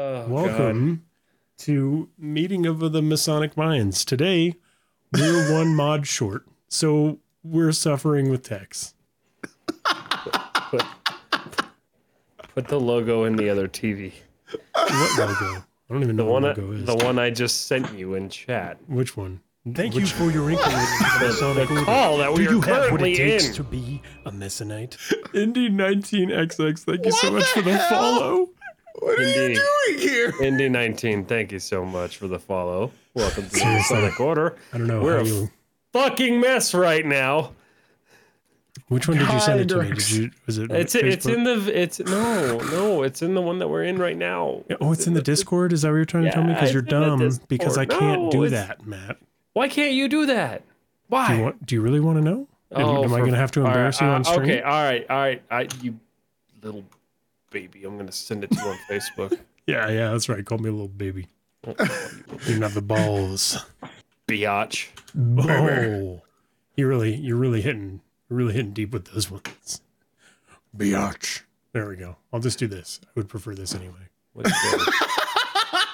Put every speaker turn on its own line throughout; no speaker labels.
Oh,
Welcome to Meeting of the Masonic Minds. Today, we're one mod short, so we're suffering with tax.
Put the logo in the other TV.
What logo? I don't even know
The one,
what
I,
logo is.
the one I just sent you in chat.
Which one?
Thank you for your inquiry into the Masonic
The
Order.
call that
Do
we
you
are
have what
currently
it takes
in.
to be a Masonite?
Indy 19XX. Thank you so
What
much for
the
the
hell?
follow.
What are
Indeed.
you doing here?
Indy 19, thank you so much for the follow. Welcome to the Masonic Order.
I don't know.
We're
how
a
you,
fucking mess right now.
which one did you send it to me? Did
Congrats.
you? Was it?
It's it's
Facebook?
in the it's no no it's in the one that we're in right now.
Oh, it's in the Discord. Is that what you're trying to tell me?
Yeah,
Because you're
it's in the
dumb. Because I
Discord.
can't
No,
do
it's-
that, Matt.
Why can't you do that?
Do
Why?
you, want, do you really want to know? Am-
Oh,
am
for-
I going to have to
all right,
embarrass you
uh,
on stream?
Okay, all right, all right, I, you little baby, I'm gonna send it to you on Facebook.
Yeah, yeah, that's right. Call me a little baby.
Oh.
you didn't have the balls.
Biatch.
Oh, you really, you're really hitting, you're really hitting deep with those ones.
Biatch.
There we go. I'll just do this. I would prefer this anyway.
What did you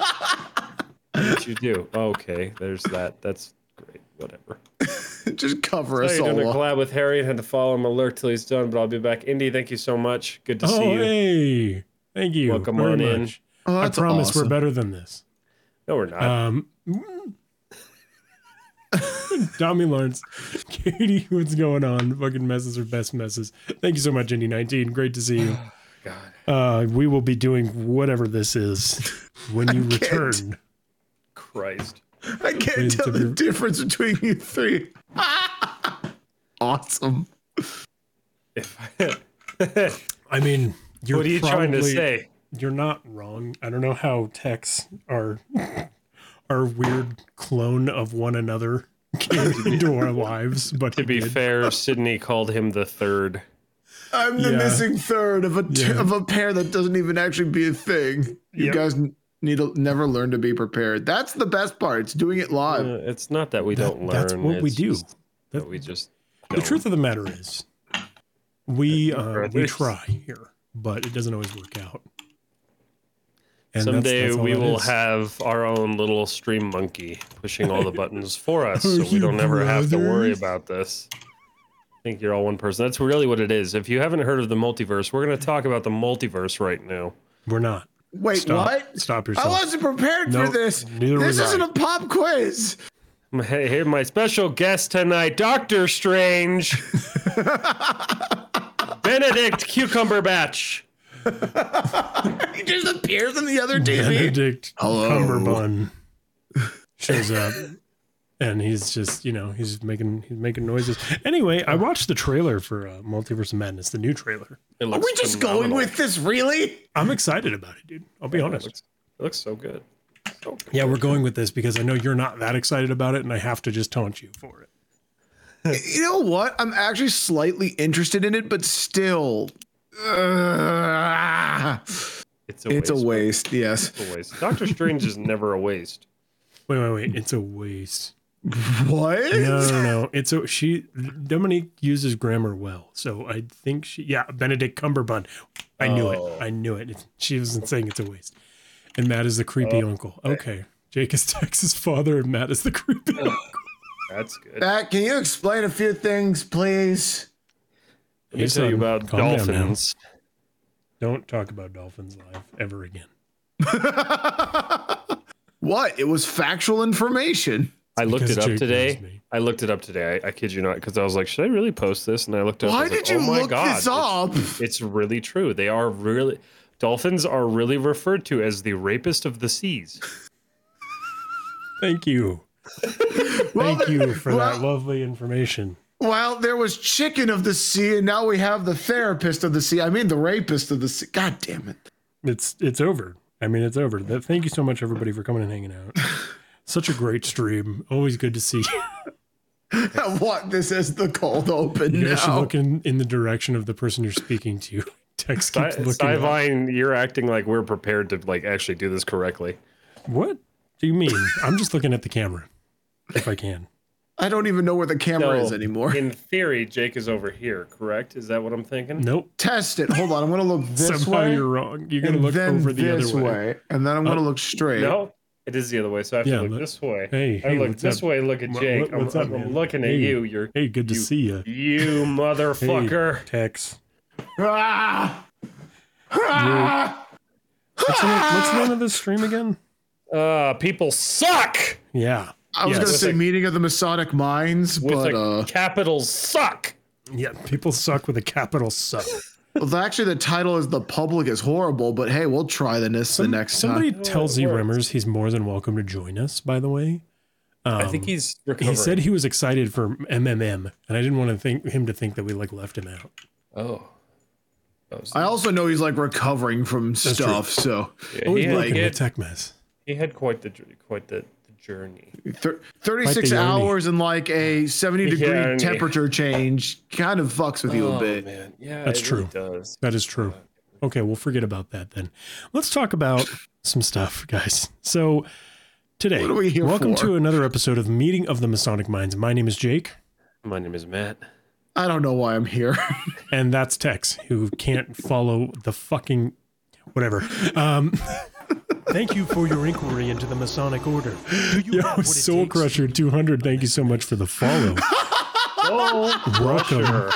do? what did you do? Okay, there's that. That's great. Whatever.
Just cover
Hey,
us
doing a
all. up.
collab with Harry and had to follow him alert till he's done, but I'll be back. Indy, thank you so much. Good to
Oh,
see you.
hey, thank you.
Welcome
very
on in.
much.
Oh,
I
that's
promise
awesome.
we're better than this.
No, we're not.
Um, Tommy Lawrence, Katie, what's going on? Fucking messes are best messes. Thank you so much, Indy 19. Great to see you.
God.
Uh, we will be doing whatever this is when you
can't.
return.
Christ.
I can't
It's
tell the
a-
difference between you three. awesome.
I mean, you're
what are you trying to
probably-
say?
You're not wrong. I don't know how techs are our weird clone of one another came into our lives, but
To be fair, Sydney called him the third.
I'm the
Yeah.
missing third of a t-
Yeah.
of a pair that doesn't even actually be a thing. You
Yep.
guys n- need to never learn to be prepared. That's the best part. It's doing it live.
Uh, it's not that we don't learn.
that's what we
it's
do.
just that
That-
we just.
the
don't.
truth of the matter is, we uh, we
brothers.
try here, but it doesn't always work out. And that's-
Someday
that's all
we
that
will
is.
have our own little stream monkey pushing all the buttons for us, so we
you
don't ever have to worry
brothers?
about this. I think you're all one person. That's really what it is. If you haven't heard of the multiverse, we're going to talk about the multiverse right now.
We're not.
Wait,
Stop.
what?
Stop
I
yourself.
wasn't prepared
Nope,
for this.
neither
This
was
isn't
I.
a pop quiz.
Hey, hey, my special guest tonight, Doctor Strange, Benedict Cucumber Batch.
He just appears in the other TV.
Benedict
Hello.
Cumberbun shows up, and he's just you know he's making he's making noises. Anyway, I watched the trailer for uh, Multiverse of Madness, the new trailer.
It
Are
looks
we just going
phenomenal.
with this? Really?
I'm excited about it, dude. I'll be
It
honest.
looks, it looks so good. So good.
Yeah, we're going with this because I know you're not that excited about it, and I have to just taunt you for it.
You know what? I'm actually slightly interested in it, but still. Ugh.
It's
it's a waste, yes.
It's a waste. Doctor Strange is never a waste.
Wait, wait, wait! It's a waste.
What?
No, no, no. It's a she. Dominique uses grammar well, so I think she. Yeah, Benedict Cumberbun. I knew
Oh.
it. I knew it. It's- She wasn't saying it's a waste. And Matt is the creepy
Oh.
uncle. Okay, Jake is Tex's father, and Matt is the creepy. uncle.
That's good.
Matt, can you explain a few things, please?
Let me
Hey,
tell you
son,
about
calm down now.
dolphins.
Don't talk about dolphins live ever again.
What? It was factual information.
I looked
because
it up
Jake knows
today.
me.
I looked it up today. I, I kid you not, because I was like, should I really post this? And I looked it up. I
Why
was
did
like,
you
oh my
look
God, it's-
this up?
It's, really true. They are really dolphins are really referred to as the rapist of the seas.
Thank you.
Well,
Thank you for
well-
that lovely information.
Well, there was chicken of the sea, and now we have the therapist of the sea. I mean, the rapist of the sea. God damn it.
It's it's over. I mean, it's over. That, thank you so much, everybody, for coming and hanging out. Such a great stream. Always good to see you.
I want this as the cold open
You guys should
now.
look in, in the direction of the person you're speaking to. Tex
Sci-
keeps looking. up.
Stivine, you're acting like we're prepared to like actually do this correctly.
What do you mean? I'm just looking at the camera, if I can.
I don't even know where the camera
So,
is anymore.
In theory, Jake is over here, correct? Is that what I'm thinking?
Nope.
Test it. Hold on. I'm gonna look this
Somehow
way.
you're wrong. You're gonna
and
look
then
over the
this
other way. Oh,
and then I'm gonna look straight.
No, it is the other way. So I have
Yeah,
to look
but-
this way.
Hey,
I
hey,
look
what's
this
up?
way. Look at
Wha-
Jake.
what- what's
I'm,
up,
I'm
man?
looking at
Hey.
you. You're
Hey, good to
You-
see you,
you motherfucker.
Tex.
Ah! Ah!
What's the, name- what's the name of this stream again?
Uh, people suck
Yeah.
I was
Yes.
gonna
With
say
a-
meeting of the Masonic Minds,
with
but
a
uh,
capital suck.
Yeah. People suck with a capital suck.
well, actually the title is "The Public is Horrible." But hey, we'll try the this the next
Somebody
time.
tell
Oh, it
Z
works.
Rimmers he's more than welcome to join us, by the way. Um,
I think he's recovering.
he said he was excited for MMM, and I didn't want to think him to think that we like left him out.
oh. That was-
I also know he's like recovering from
true.
stuff, so
Yeah,
Oh,
he,
he's
had,
broken
he,
the
had,
tech mess.
he had quite the jour- quite the, the journey.
thir- 36
Might be lonely.
hours and like a 70 degree
Yeah, and-
temperature change kind of fucks with you a bit.
Oh, man, yeah,
That's
it really does.
That is true. Okay, we'll forget about that then. Let's talk about some stuff, guys. So today,
What are we here
welcome
for?
to another episode of Meeting of the Masonic Minds. My name is Jake,
My name is Matt.
I don't know why I'm here.
and that's Tex, who can't follow the fucking whatever. Um,
Thank you for your inquiry into the Masonic Order. Do you have
yo,
what it
Soul
takes?
Crusher 200, thank you so much for the follow.
Oh,
welcome
sure.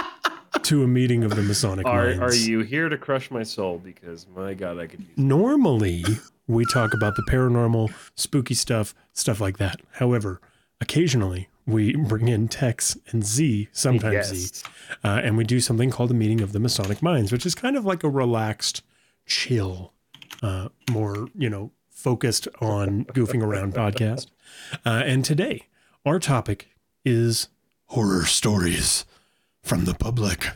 to a meeting of the Masonic
Are
Minds.
are you here to crush my soul? Because my God, I could use.
normally we talk about the paranormal, spooky stuff, stuff like that. However, occasionally we bring in Tex and Z, sometimes Z, uh, and we do something called the meeting of the Masonic Minds, which is kind of like a relaxed, chill, uh, more you know focused on goofing around podcast. Uh, and today our topic is horror stories from the public,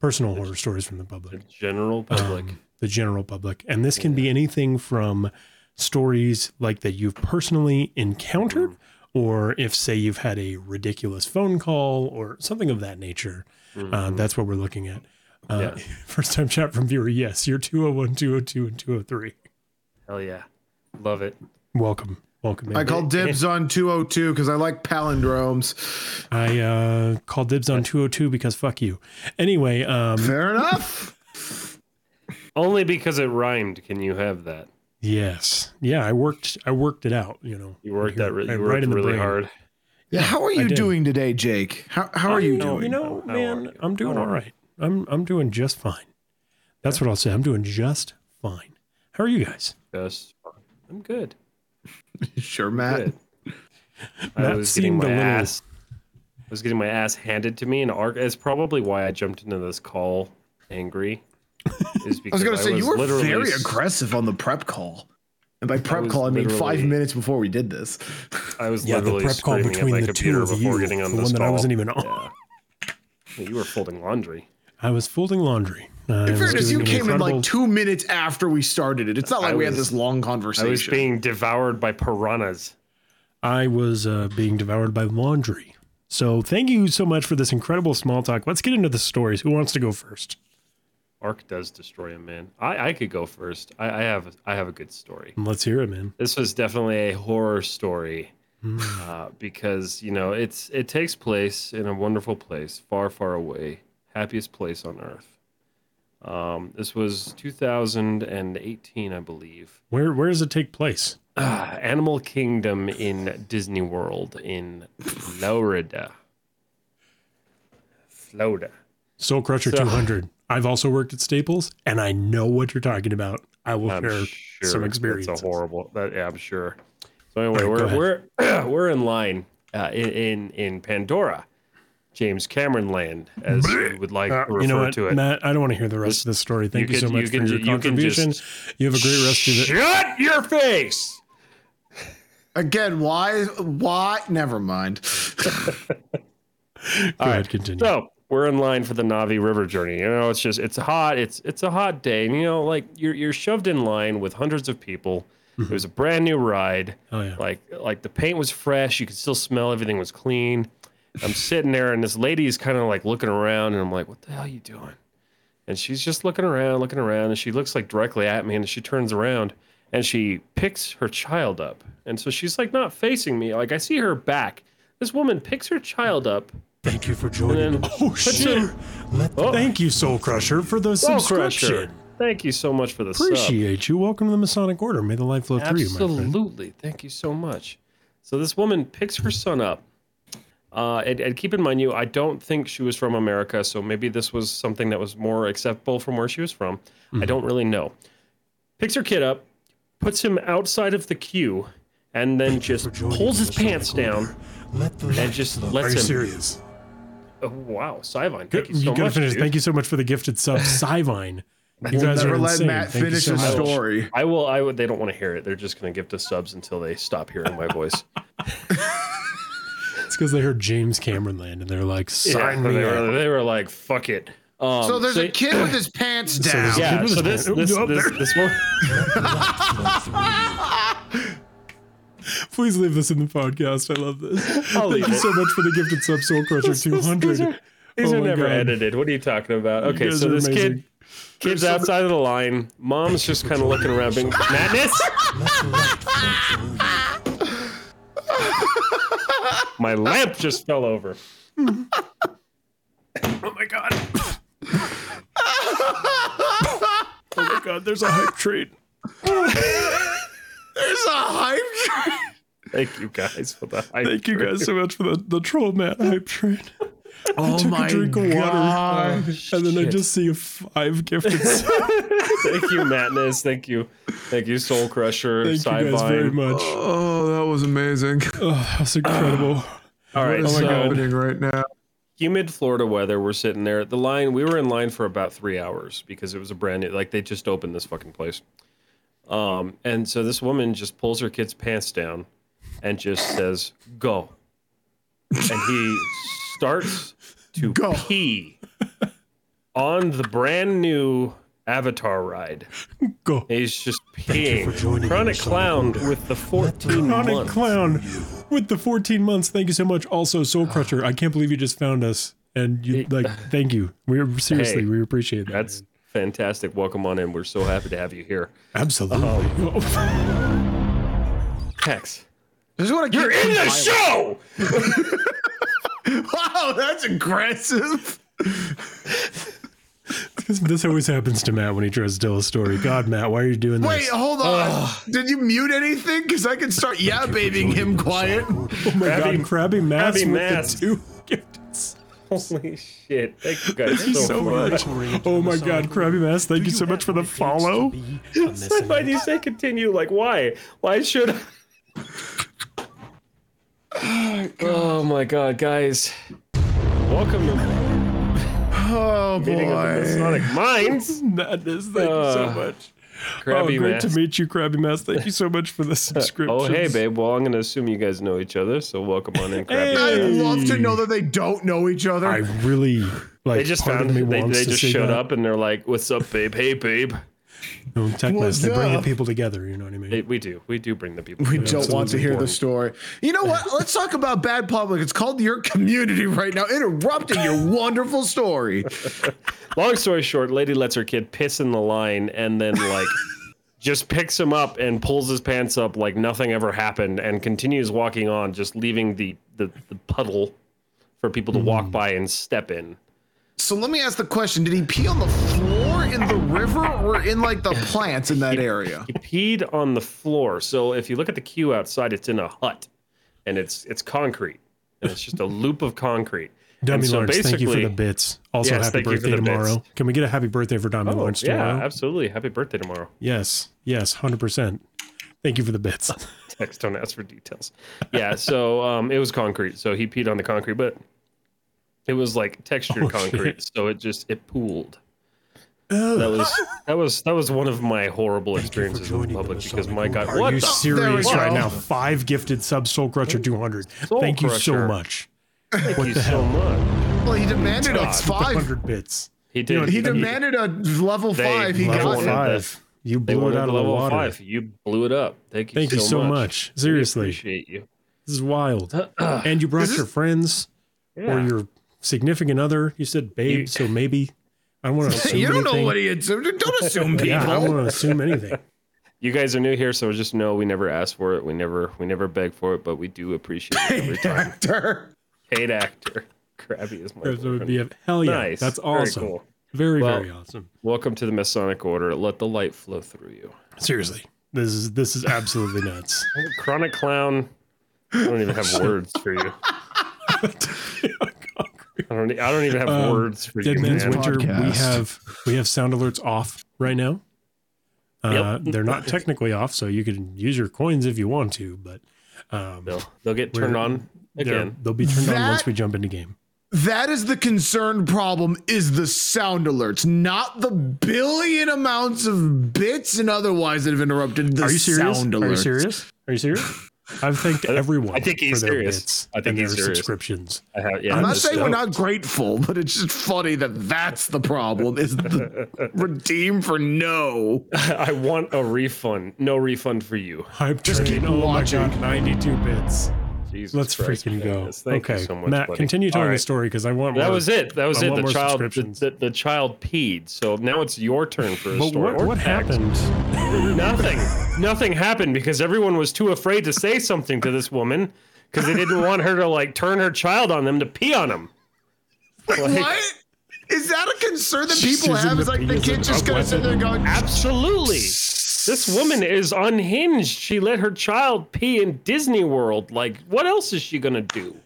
personal horror stories from the public
the general public.
um, the general public. And this can be anything from stories like that you've personally encountered,
Mm-hmm.
or if, say, you've had a ridiculous phone call or something of that nature.
Mm.
Uh, that's what we're looking at. Uh,
Mm-hmm. Yeah.
First time chat from viewer, yes, you're 201, 202, and 203.
Hell yeah, love it.
Welcome. Welcome. in.
I called dibs on 202 because I like palindromes.
I uh, called dibs on 202 because fuck you. Anyway, um,
Fair enough.
Only because it rhymed. Can you have that?
yes, yeah, I worked, I worked it out. You know,
You worked that. Re-
Right-
you
right
worked
in the
really
brain.
hard.
Yeah, how are
I
you
did.
doing today, Jake? How, how are you
know-
doing?
You know,
How- how
man,
are you?
I'm doing
How are
all right. I'm I'm doing just fine. That's what I'll say. I'm doing just fine. How are you guys?
Just, fine. I'm good.
sure, Matt.
Good. I
That
was getting
seemed
my
a little-
ass. I was getting my ass handed to me in arc. That's probably why I jumped into this call angry. Is
I
because
was gonna say you were
literally
very
s-
aggressive on the prep call, and by prep
was
call I mean five
literally-
minutes before we did this.
I was
Yeah, the
literally
prep call
screaming at
between
my
the two
computer
of you,
before
the
getting on
one
this
that I
call.
wasn't even on.
Yeah. Yeah, you were folding laundry.
I was folding laundry. Uh,
In fairness, you came in like two minutes after we started it. It's not like
I
we had
was-
this long
I
conversation.
was being devoured by piranhas.
I was uh, being devoured by laundry. So thank you so much for this incredible small talk. Let's get into the stories. Who wants to go first?
Arc does destroy him, man. I, I could go first. I, I have I have a good story.
Let's hear it, man.
This was definitely a horror story uh, because you know it's it takes place in a wonderful place, far far away, happiest place on earth. Um, this was 2018, I believe.
Where where does it take place?
Ah, Animal Kingdom in Disney World in Florida. Florida.
Soul Crusher
So-
200. I've also worked at Staples, and I know what you're talking about. I will
I'm
share
sure
some
That's
experiences.
a horrible. That, yeah, I'm sure. So anyway,
All right, go
we're we're we're in line uh, in, in in Pandora, James Cameron Land, as we would like
Uh,
to refer
you know what,
to it.
Matt? I don't want to hear the rest of this story. Thank you,
you
so
could-
much
you
for
could
your
ju- you can
contribution. You,
just-
have a great rest of the.
Shut your face!
Again, why? Why? Never mind.
Go ahead, continue.
So we're in line for the Navi River journey. You know, it's just it's hot. It's it's a hot day, and you know, like you're you're shoved in line with hundreds of people. It was a brand new ride.
Mm-hmm. oh yeah,
Like like the paint was fresh. You could still smell everything was clean. I'm sitting there, and this lady is kind of like looking around, and I'm like, "What the hell are you doing?" And she's just looking around, looking around, and she looks like directly at me, and she turns around and she picks her child up. And so she's like not facing me. Like I see her back. This woman picks her child up.
Thank you for joining.
then-
oh shit! Let-
Oh.
Thank you, Soul Crusher, for the
Soul
subscription.
Crusher. Thank you so much for the sub.
Appreciate you. Welcome to the Masonic Order. May the light flow through you, my friend.
Absolutely. Thank you so much. So this woman picks her son up. Uh, and, and keep in mind, you, I don't think she was from America, so maybe this was something that was more acceptable from where she was from.
Mm-hmm.
I don't really know. Picks her kid up, puts him outside of the queue, and then just
joining
pulls his
the Masonic
pants
Order.
down.
Let the
and just
Are
lets
you
him.
serious?
Oh, wow, Sivine, thank you
you
so
gotta
much.
finish.
dude.
Thank you so much for the gifted sub, Sivine. You
We'll
guys
never
are
let
insane.
Matt
Thank you
finish
so
his
much.
story.
I will. I would. They don't want to hear it. They're just going to give the subs until they stop hearing my voice.
It's because they heard James Cameron land and they're like, sign
Yeah,
me
they,
up.
were, they were like, "Fuck it." Um,
So there's a kid with his pants
So
down.
there's a kid
Yeah.
with
So
his
this
hand-
this
Oh,
this,
there-
this one.
Please leave this in the podcast. I love this.
I'll
Thank
leave
you
it.
so much for the gifted sub, Soul Crusher
This- this- These
200.
are, these
Oh
are
my
never
God.
edited. What are you talking about? Okay,
guys
so
are
this
amazing.
kid, kid's outside of the line. Mom's just kind of looking around, being madness. My lamp just fell over.
Oh my god. oh Oh my god, there's a hype train.
There's a hype train.
Thank you guys for that.
Thank you guys so much for the, the troll Matt hype train.
Oh
took a
my
drink of water. Oh.
god.
And then I
Shit.
just see five gifted subs.
Thank you, Madness. Thank you, thank you, Soul Crusher.
Thank you guys very
Sidevine.
much.
Oh, that was amazing.
Oh, that's incredible.
All right,
What is
so
happening right now?
humid Florida weather. We're sitting there. The line. We were in line for about three hours because it was a brand new. Like they just opened this fucking place. Um, and so this woman just pulls her kid's pants down, and just says, "Go," and he starts to
Go.
pee on the brand new Avatar ride.
Go.
He's just
you for
peeing.
joining
Chronic
us on
Clown
Order.
with the 14
Chronic
month.
Clown with the 14 months. Thank you so much. Also, Soul Crusher, I can't believe you just found us. And you like, thank you. We're seriously,
Hey,
we appreciate that.
That's fantastic. Welcome on in. We're so happy to have you here.
absolutely.
Tex.
This is what I get. for violence.
show!
Wow, that's aggressive.
This, this always happens to Matt when he tries to tell a story. God, Matt, why are you doing
Wait,
this?
oh,
hold on. Did you mute anything? Because I can start yeah babying him quiet.
oh my
Krabby-
God, Krabby Matt's
Krabby
with
Matt's.
the two gifted subs.
Holy shit. Thank you guys
Thank you so
so much.
much. Oh my God, Krabby Matt's, thank you so much for the follow.
Why do you say continue? Like, why? Why should I? Oh my god, guys. Welcome to
Oh
Meeting of the
boy.
Masonic Minds.
Madness, thank you so
Uh,
much.
Krabby
oh, great
Matt.
to meet you, Krabby Matt. Thank you so much for the subscription.
Oh, hey, babe. Well, I'm going to assume you guys know each other, so welcome on in, Krabby.
Hey.
I'd love to know that they don't know each other.
I really like.
They just
part of
found
me
they, they
wants to
just
say
showed
that.
up and they're like, "What's up, babe? Hey, babe."
No, tech mess.
What's
They bring the
up?
people together. You know what I mean?
Hey, we do, we do bring the people.
we
together.
don't want to
Absolutely.
hear the story. You know what? Let's talk about bad public. It's called your community right now, interrupting your wonderful story.
Long story short, lady lets her kid piss in the line and then like just picks him up and pulls his pants up like nothing ever happened and continues walking on, just leaving the the, the puddle for people to
Hmm.
walk by and step in.
So let me ask the question: Did he pee on the floor in the river or in like the plants in that area?
He peed on the floor. So if you look at the queue outside, it's in a hut, and it's it's concrete, and it's just a loop of concrete.
Dummy
and so
Lawrence, thank you for the
basically-
bits. Also,
Yes,
happy
thank you for
birthday
the
tomorrow.
bits.
Can we get a happy birthday for Dummy
Oh,
Lawrence
yeah,
tomorrow?
absolutely. Happy birthday tomorrow.
Yes, yes, hundred percent. Thank you for the bits.
Text, don't ask for details. Yeah, so um, it was concrete, so he peed on the concrete, but it was like textured
Oh,
concrete,
shit.
so it just it pooled. That was that was that was one of my horrible experiences in
joining the
public because
Masonic
my god,
Are
what
you
the-
serious
There we
right
go.
now? Five gifted subs, Soul Crusher two hundred.
Soul
Thank you so
Crusher.
much.
Thank you so much.
Well, he demanded a
God.
five.
Hundred bits.
He did.
He demanded a level
They-
five. He
Level
got
wanted
it.
five. You
They
blew it
wanted
out
the
of the
level
water.
five. You blew it up. Thank you.
Thank
so
you so
much.
much.
We
Seriously.
appreciate you.
This is wild. and you brought
This is-
your friends or
Yeah.
your significant other. You said babe,
You-
so maybe. I don't want to assume
You don't know
anything.
what he had. Don't assume people.
Yeah, I don't want to assume anything.
you guys are new here, so just know we never ask for it. We never we never beg for it, but we do appreciate it every time.
Actor.
Paid actor. Crabby is my
That would
boyfriend.
be a hell yeah.
Nice.
That's
Very
awesome. Very,
cool.
very,
Well-
awesome.
Welcome to the Masonic Order. Let the light flow through you.
Seriously. This is this is absolutely nuts.
Chronic clown. I don't even have words for you. I don't. e, I don't even have
Um,
words for
Dead
you,
Man's
man.
Winter. We
Podcast.
have we have sound alerts off right now. Uh,
Yep.
They're not technically off, so you can use your coins if you want to, but um,
They'll, they'll get turned
We're-
on
they're-
again.
they'll be turned on
That-
once we jump into game.
That is the concern problem is the sound alerts, not the billion amounts of bits and otherwise that have interrupted the
Are you serious?
sound alerts.
Are you serious? Are you serious? I've thanked everyone.
I think he's
for their
serious.
bits
I think
and
he's
their
serious.
subscriptions.
I have, yeah,
I'm not
that's-
saying we're not grateful, but it's just funny that that's the problem is the redeem for no.
I want a refund. No refund for you.
Hype train.
keep
Oh my
watching.
god, 92 bits.
Jesus
Let's
Christ,
freaking go.
goodness. Thank
okay,
you so much,
Matt,
buddy.
continue telling
All
the
right.
story because I want
That
more.
was it. That was
I
it.
want
The
more
child. The,
subscriptions.
the, the child peed. So now it's your turn for a
But
story.
what,
or
what
fact.
happened?
Nothing. Nothing happened because everyone was too afraid to say something to this woman because they didn't want her to like turn her child on them to pee on them. Like,
What? Is that a concern that
She's
people
using
have? Is
the
like the
penis
kid
as
just
a
gonna sit there going,
Absolutely. This woman is unhinged. She let her child pee in Disney World. Like, what else is she gonna do?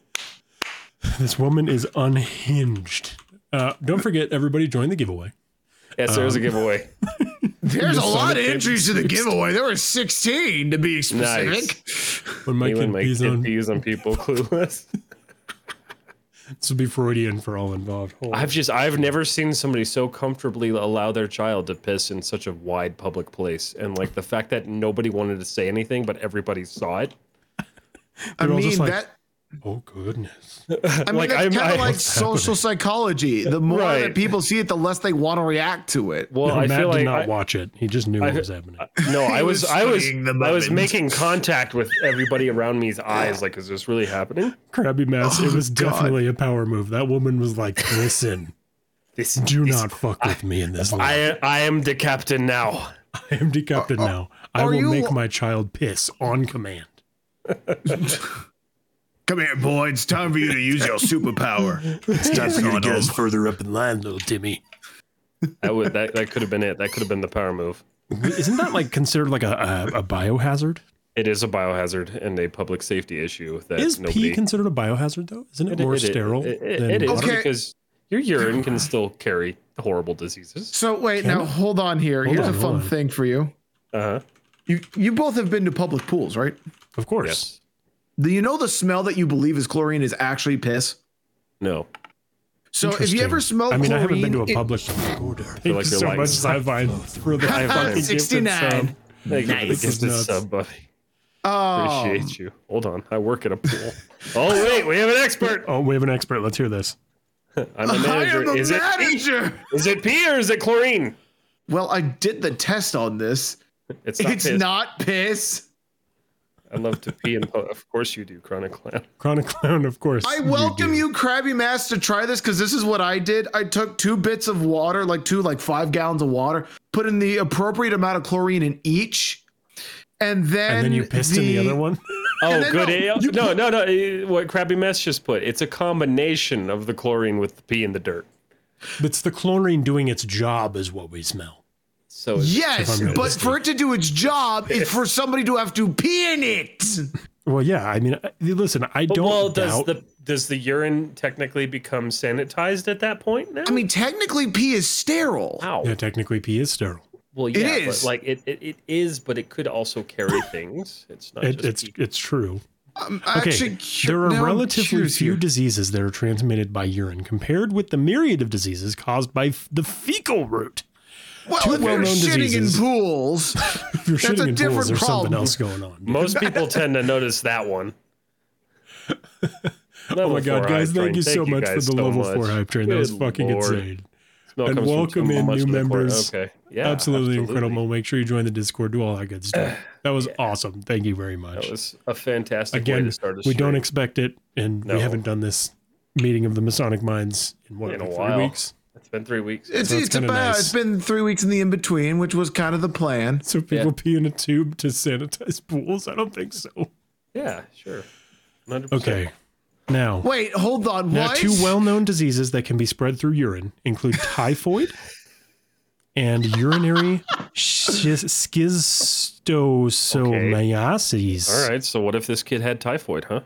This woman is unhinged. Uh, don't forget, everybody join the giveaway.
Yes, there's a
Um,
giveaway.
There's a lot of
Sonic
entries to the giveaway. There were 16 to be specific.
When my
Me
kid
and my
pees
kid
on,
pees on people clueless.
this will be Freudian for all involved. Hold on.
I've just I've never seen somebody so comfortably allow their child to piss in such a wide public place. And like the fact that nobody wanted to say anything, but everybody saw it.
I
They're all
mean
just like-
that
oh goodness.
I mean
Like,
that's
I'm-
kind
I-
of like
what's
social psychology. The more
Right.
that people see it, the less they want to react to it.
Well,
No,
I
Matt
feel
did
like
not
I-
watch it. He just knew
I-
what was happening.
no, I was,
was
I was
studying the
I was
moment.
making contact with everybody around me's eyes. Like, is this really happening?
Krabby
Oh,
Mess. it was
God.
definitely a power move. That woman was like, "Listen,
This
do
this-
not fuck with me in this life.
I I am the captain now.
I am
uh,
decapitated now. I
are
will
you-
make my child piss on command."
Come here, boy. It's time for you to use your superpower. It's time for you to get us
further up in line, little Timmy.
That would that, that could have been it. That could have been the power move.
Isn't that like considered like a, a, a biohazard?
It is a biohazard and a public safety issue that
Is
nobody
pee considered a biohazard though? Isn't it,
It-
more
it-
sterile?
It, it-
than
it is
water?
Okay.
because your urine can still carry horrible diseases.
So wait, now hold on here.
Hold
Here's
on,
a
hold
fun
on.
thing for you.
Uh huh.
You you both have been to public pools, right?
Of course.
Yes.
Do you know the smell that you believe is chlorine is actually piss?
No.
So if you ever
Interesting.
smell
I mean, I haven't been to
chlorine,
a
it-
public. Thank
like
you
your
so
lights.
much, Sci-Fi, for the
I
fucking
find-
gifted sub.
69.
Thank you
Nice.
for the gifted
Nuts.
sub, buddy.
Oh,
Appreciate you. Hold on. I work at a pool. oh wait, we have an expert.
Oh, we have an expert. Let's hear this.
I'm a
um, I
manager.
am a
is it
manager.
pee? Is it pee or is it chlorine?
Well, I did the test on this.
It's not.
it's
piss.
not piss.
I love to pee and po- of course you do, Chronic Clown.
Chronic Clown, of course.
I welcome
do.
you, Krabby Mass, to try this because this is what I did. I took two bits of water, like two, like five gallons of water, put in the appropriate amount of chlorine in each, and then
And then you pissed in the other one.
Oh,
then
good.
no,
ale.
you-
no, no, no. eh, What Krabby Mess just put. It's a combination of the chlorine with the pee and the dirt.
It's the chlorine doing its job, is what we smell.
So it's-
Yes,
If I'm
but for it to do its job, it's for somebody to have to pee in it.
Well, yeah. I mean, I- listen, I don't
well, does
doubt.
the does the urine technically become sanitized at that point now?
I mean, technically, pee is sterile.
how?
yeah, technically, pee is sterile.
Well, yeah,
is.
but like it, it, it is, but it could also carry things. It's not
It,
just
it's
pee.
it's true.
I'm
Okay,
Um, actually cu-
there are
now I'm
relatively
curious
few
here.
diseases that are transmitted by urine compared with the myriad of diseases caused by f- the fecal root.
Well, if you're
well-known
shitting in
diseases.
pools,
If you're shitting
That's a
in pools,
different
there's something
problem.
else going on.
most people tend to notice that one.
Oh my god, guys! Thank you so much for the level four hype train. That was fucking insane. And welcome in new members.
Okay, yeah,
absolutely, incredible. Make sure you join the Discord. Do all that good stuff. That was awesome. Thank you very much.
That was a fantastic way
Again,
to start a
we don't
stream.
expect it, and
No.
we haven't done this meeting of the Masonic Minds in what
In a
like three
while.
weeks.
It's been three weeks.
It's
So it's
it's
kinda
about
nice.
it's been three weeks in the in between, which was kind of the plan.
So people pee in a tube to sanitize pools? I don't think so.
Yeah, sure. 100%.
Okay. Now,
Wait, hold on.
now
what?
two well-known diseases that can be spread through urine include typhoid and urinary schis- schistosomiasis.
All right. So what if this kid had typhoid? Huh?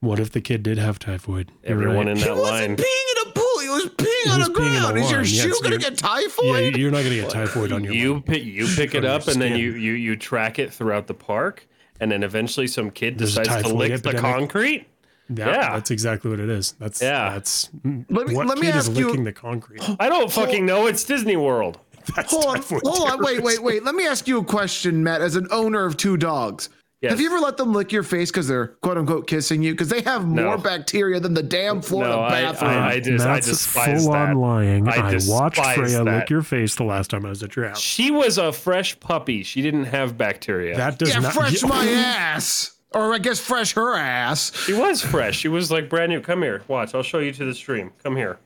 What if the kid did have typhoid? You're
Everyone
right.
in
He
that line.
wasn't peeing in a pool. He was peeing on
was
the
peeing in a
ground. Is your
lawn, yes,
shoe gonna
you're-
get
Yeah,
typhoid?
you're not gonna get typhoid on your.
You
lawn.
pick you pick it
your
up and then
skin.
you you you track it throughout the park and then eventually some kid
There's a
decides to
typhoid
lick the
epidemic.
concrete. yeah.
that's exactly what it is. That's
Yeah.
That's
Let me-
what
let me
kid
ask
is
you-
licking the concrete.
I don't fucking know. It's Disney World.
That's
hold on,
typhoid
hold on. Wait,
terrorism.
wait, wait. Let me ask you a question, Matt. As an owner of two dogs,
Yes.
have you ever let them lick your face because they're quote unquote kissing you? Because they have
No.
more bacteria than the damn Florida
No, I,
bathroom.
I, I just I
Matt's
despise
full
that.
on lying.
I
I, watched
despise that.
Freya lick your face the last time I was at your house.
She was a fresh puppy. She didn't have bacteria.
That does
yeah,
not.
fresh
Yeah.
my ass, or I guess fresh her ass.
she was fresh. She was like brand new. Come here. Watch. I'll show you to the stream. Come here.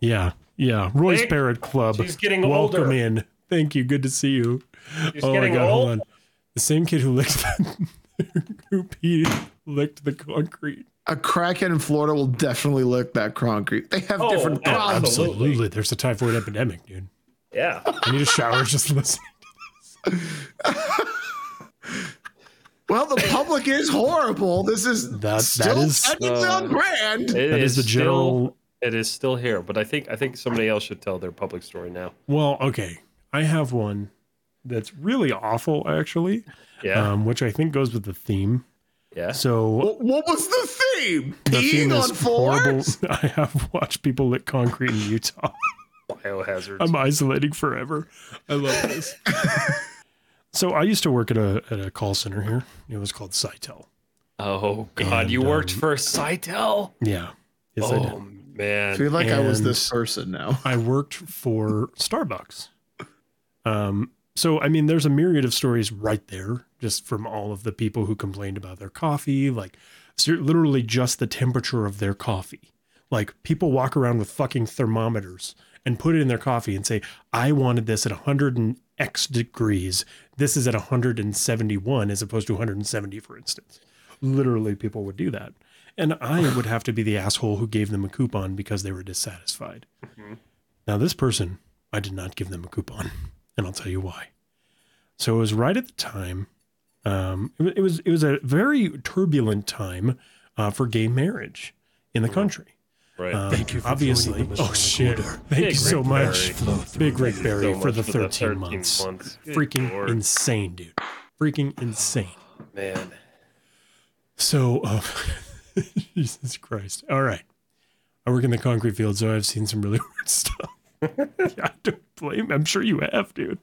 Yeah, yeah. Roy's
Thank-
Parrot Club.
She's getting
Welcome
older.
in. Thank you. Good to see you.
She's
oh my
getting
God,
old.
hold on. The same kid who licked the, who peed licked the concrete.
A crackhead in Florida will definitely lick that concrete. They have
Oh,
different
oh,
problems.
Absolutely.
There's a typhoid epidemic, dude.
Yeah.
I need a shower just listening.
Well, the public is horrible. This is
That- that
still
is-
technically
Uh,
on brand.
It
That is the
still-
general.
it is still here, but I think I think somebody else should tell their public story now.
Well, okay. I have one that's really awful, actually,
Yeah.
um, which I think goes with the theme.
yeah.
So
What, what was the theme?
the
Peeing
theme is
on floor?
horrible. I have watched people lick concrete in Utah.
Biohazards.
I'm isolating forever. I love this. so I used to work at a at a call center here. It was called Cytel.
oh God,
And,
you worked
um,
for Cytel.
Yeah. Yes, I did.
Oh man.
I feel like I was
And-
this person now.
I worked for Starbucks. Um, so I mean, there's a myriad of stories right there, just from all of the people who complained about their coffee, like ser- literally just the temperature of their coffee. Like people walk around with fucking thermometers and put it in their coffee and say, "I wanted this at 100 and X degrees. This is at 171 as opposed to 170, for instance." Literally, people would do that, and I would have to be the asshole who gave them a coupon because they were dissatisfied. Now, this person, I did not give them a coupon, and I'll tell you why. So it was right at the time. Um, it, wa- it was it was a very turbulent time uh, for gay marriage in the country.
Right.
Um,
Thank you for
obviously.
joining us on
Oh
the
shit!
quarter.
Thank
Big
you so
Rick
much,
Barry.
Big Rick Barry,
So
for
much
the thirteen, months. Freaking
Lord,
insane, dude! Freaking insane.
man.
So, uh, Jesus Christ. All right. I work in the concrete field, so I've seen some really weird stuff. I don't blame. I'm sure you have, dude.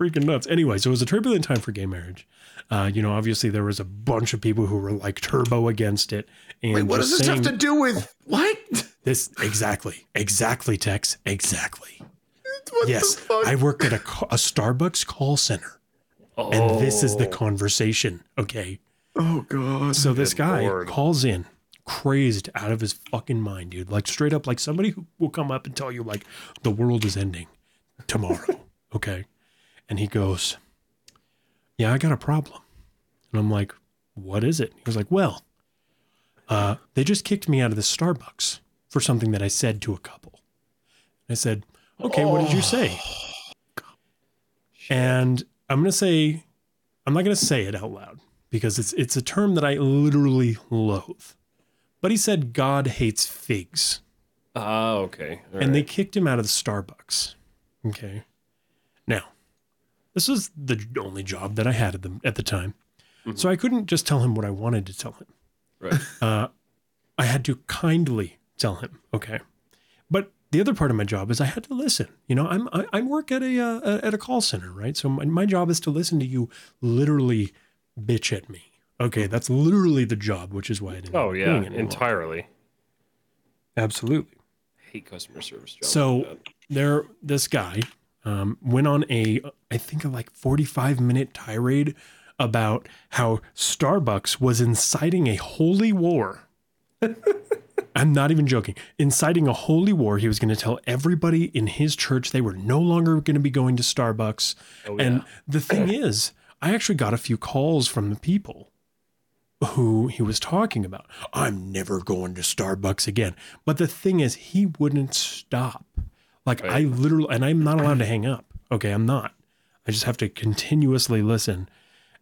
Freaking nuts. Anyway, so it was a turbulent time for gay marriage. Uh, you know, obviously there was a bunch of people who were like turbo against it, and
Wait, what
just
does this have
saying-
to do with what?
this exactly, exactly, Tex, exactly.
What
yes,
the fuck?
I work at a, ca- a Starbucks call center, and this is the
Oh,
conversation. Okay,
oh god.
So this guy
lord.
calls in crazed out of his fucking mind, dude. Like straight up like somebody who will come up and tell you like the world is ending tomorrow, okay? And he goes, "Yeah, I got a problem." And I'm like, "What is it?" He was like, "Well, uh, they just kicked me out of the Starbucks for something that I said to a couple." I said, "Okay, what did you say?" And I'm going to say I'm not going to say it out loud because it's it's a term that I literally loathe. But he said God hates figs,
Ah, okay. All
and they
right.
kicked him out of the Starbucks. Okay. Now, this was the only job that I had at the at the time, so I couldn't just tell him what I wanted to tell him.
Mm-hmm. Right.
Uh, I had to kindly tell him. Okay. But the other part of my job is I had to listen. You know, I'm I, I work at a uh, at a call center, right? So my, my job is to listen to you literally bitch at me. Okay, that's literally the job, which is why I didn't.
Mm-hmm. oh
like
yeah,
doing it anymore.
entirely.
Absolutely.
Hate customer service jobs.
So-
like that.
There, this guy um, went on a I think a like 45 minute tirade about how Starbucks was inciting a holy war I'm not even joking. Inciting a holy war, he was going to tell everybody in his church they were no longer going to be going to Starbucks.
Oh,
And
yeah.
the thing is, I actually got a few calls from the people who he was talking about. I'm never going to Starbucks again. But the thing is, he wouldn't stop. Like I
Right.
literally, and I'm not allowed to hang up. Okay, I'm not. I just have to continuously listen.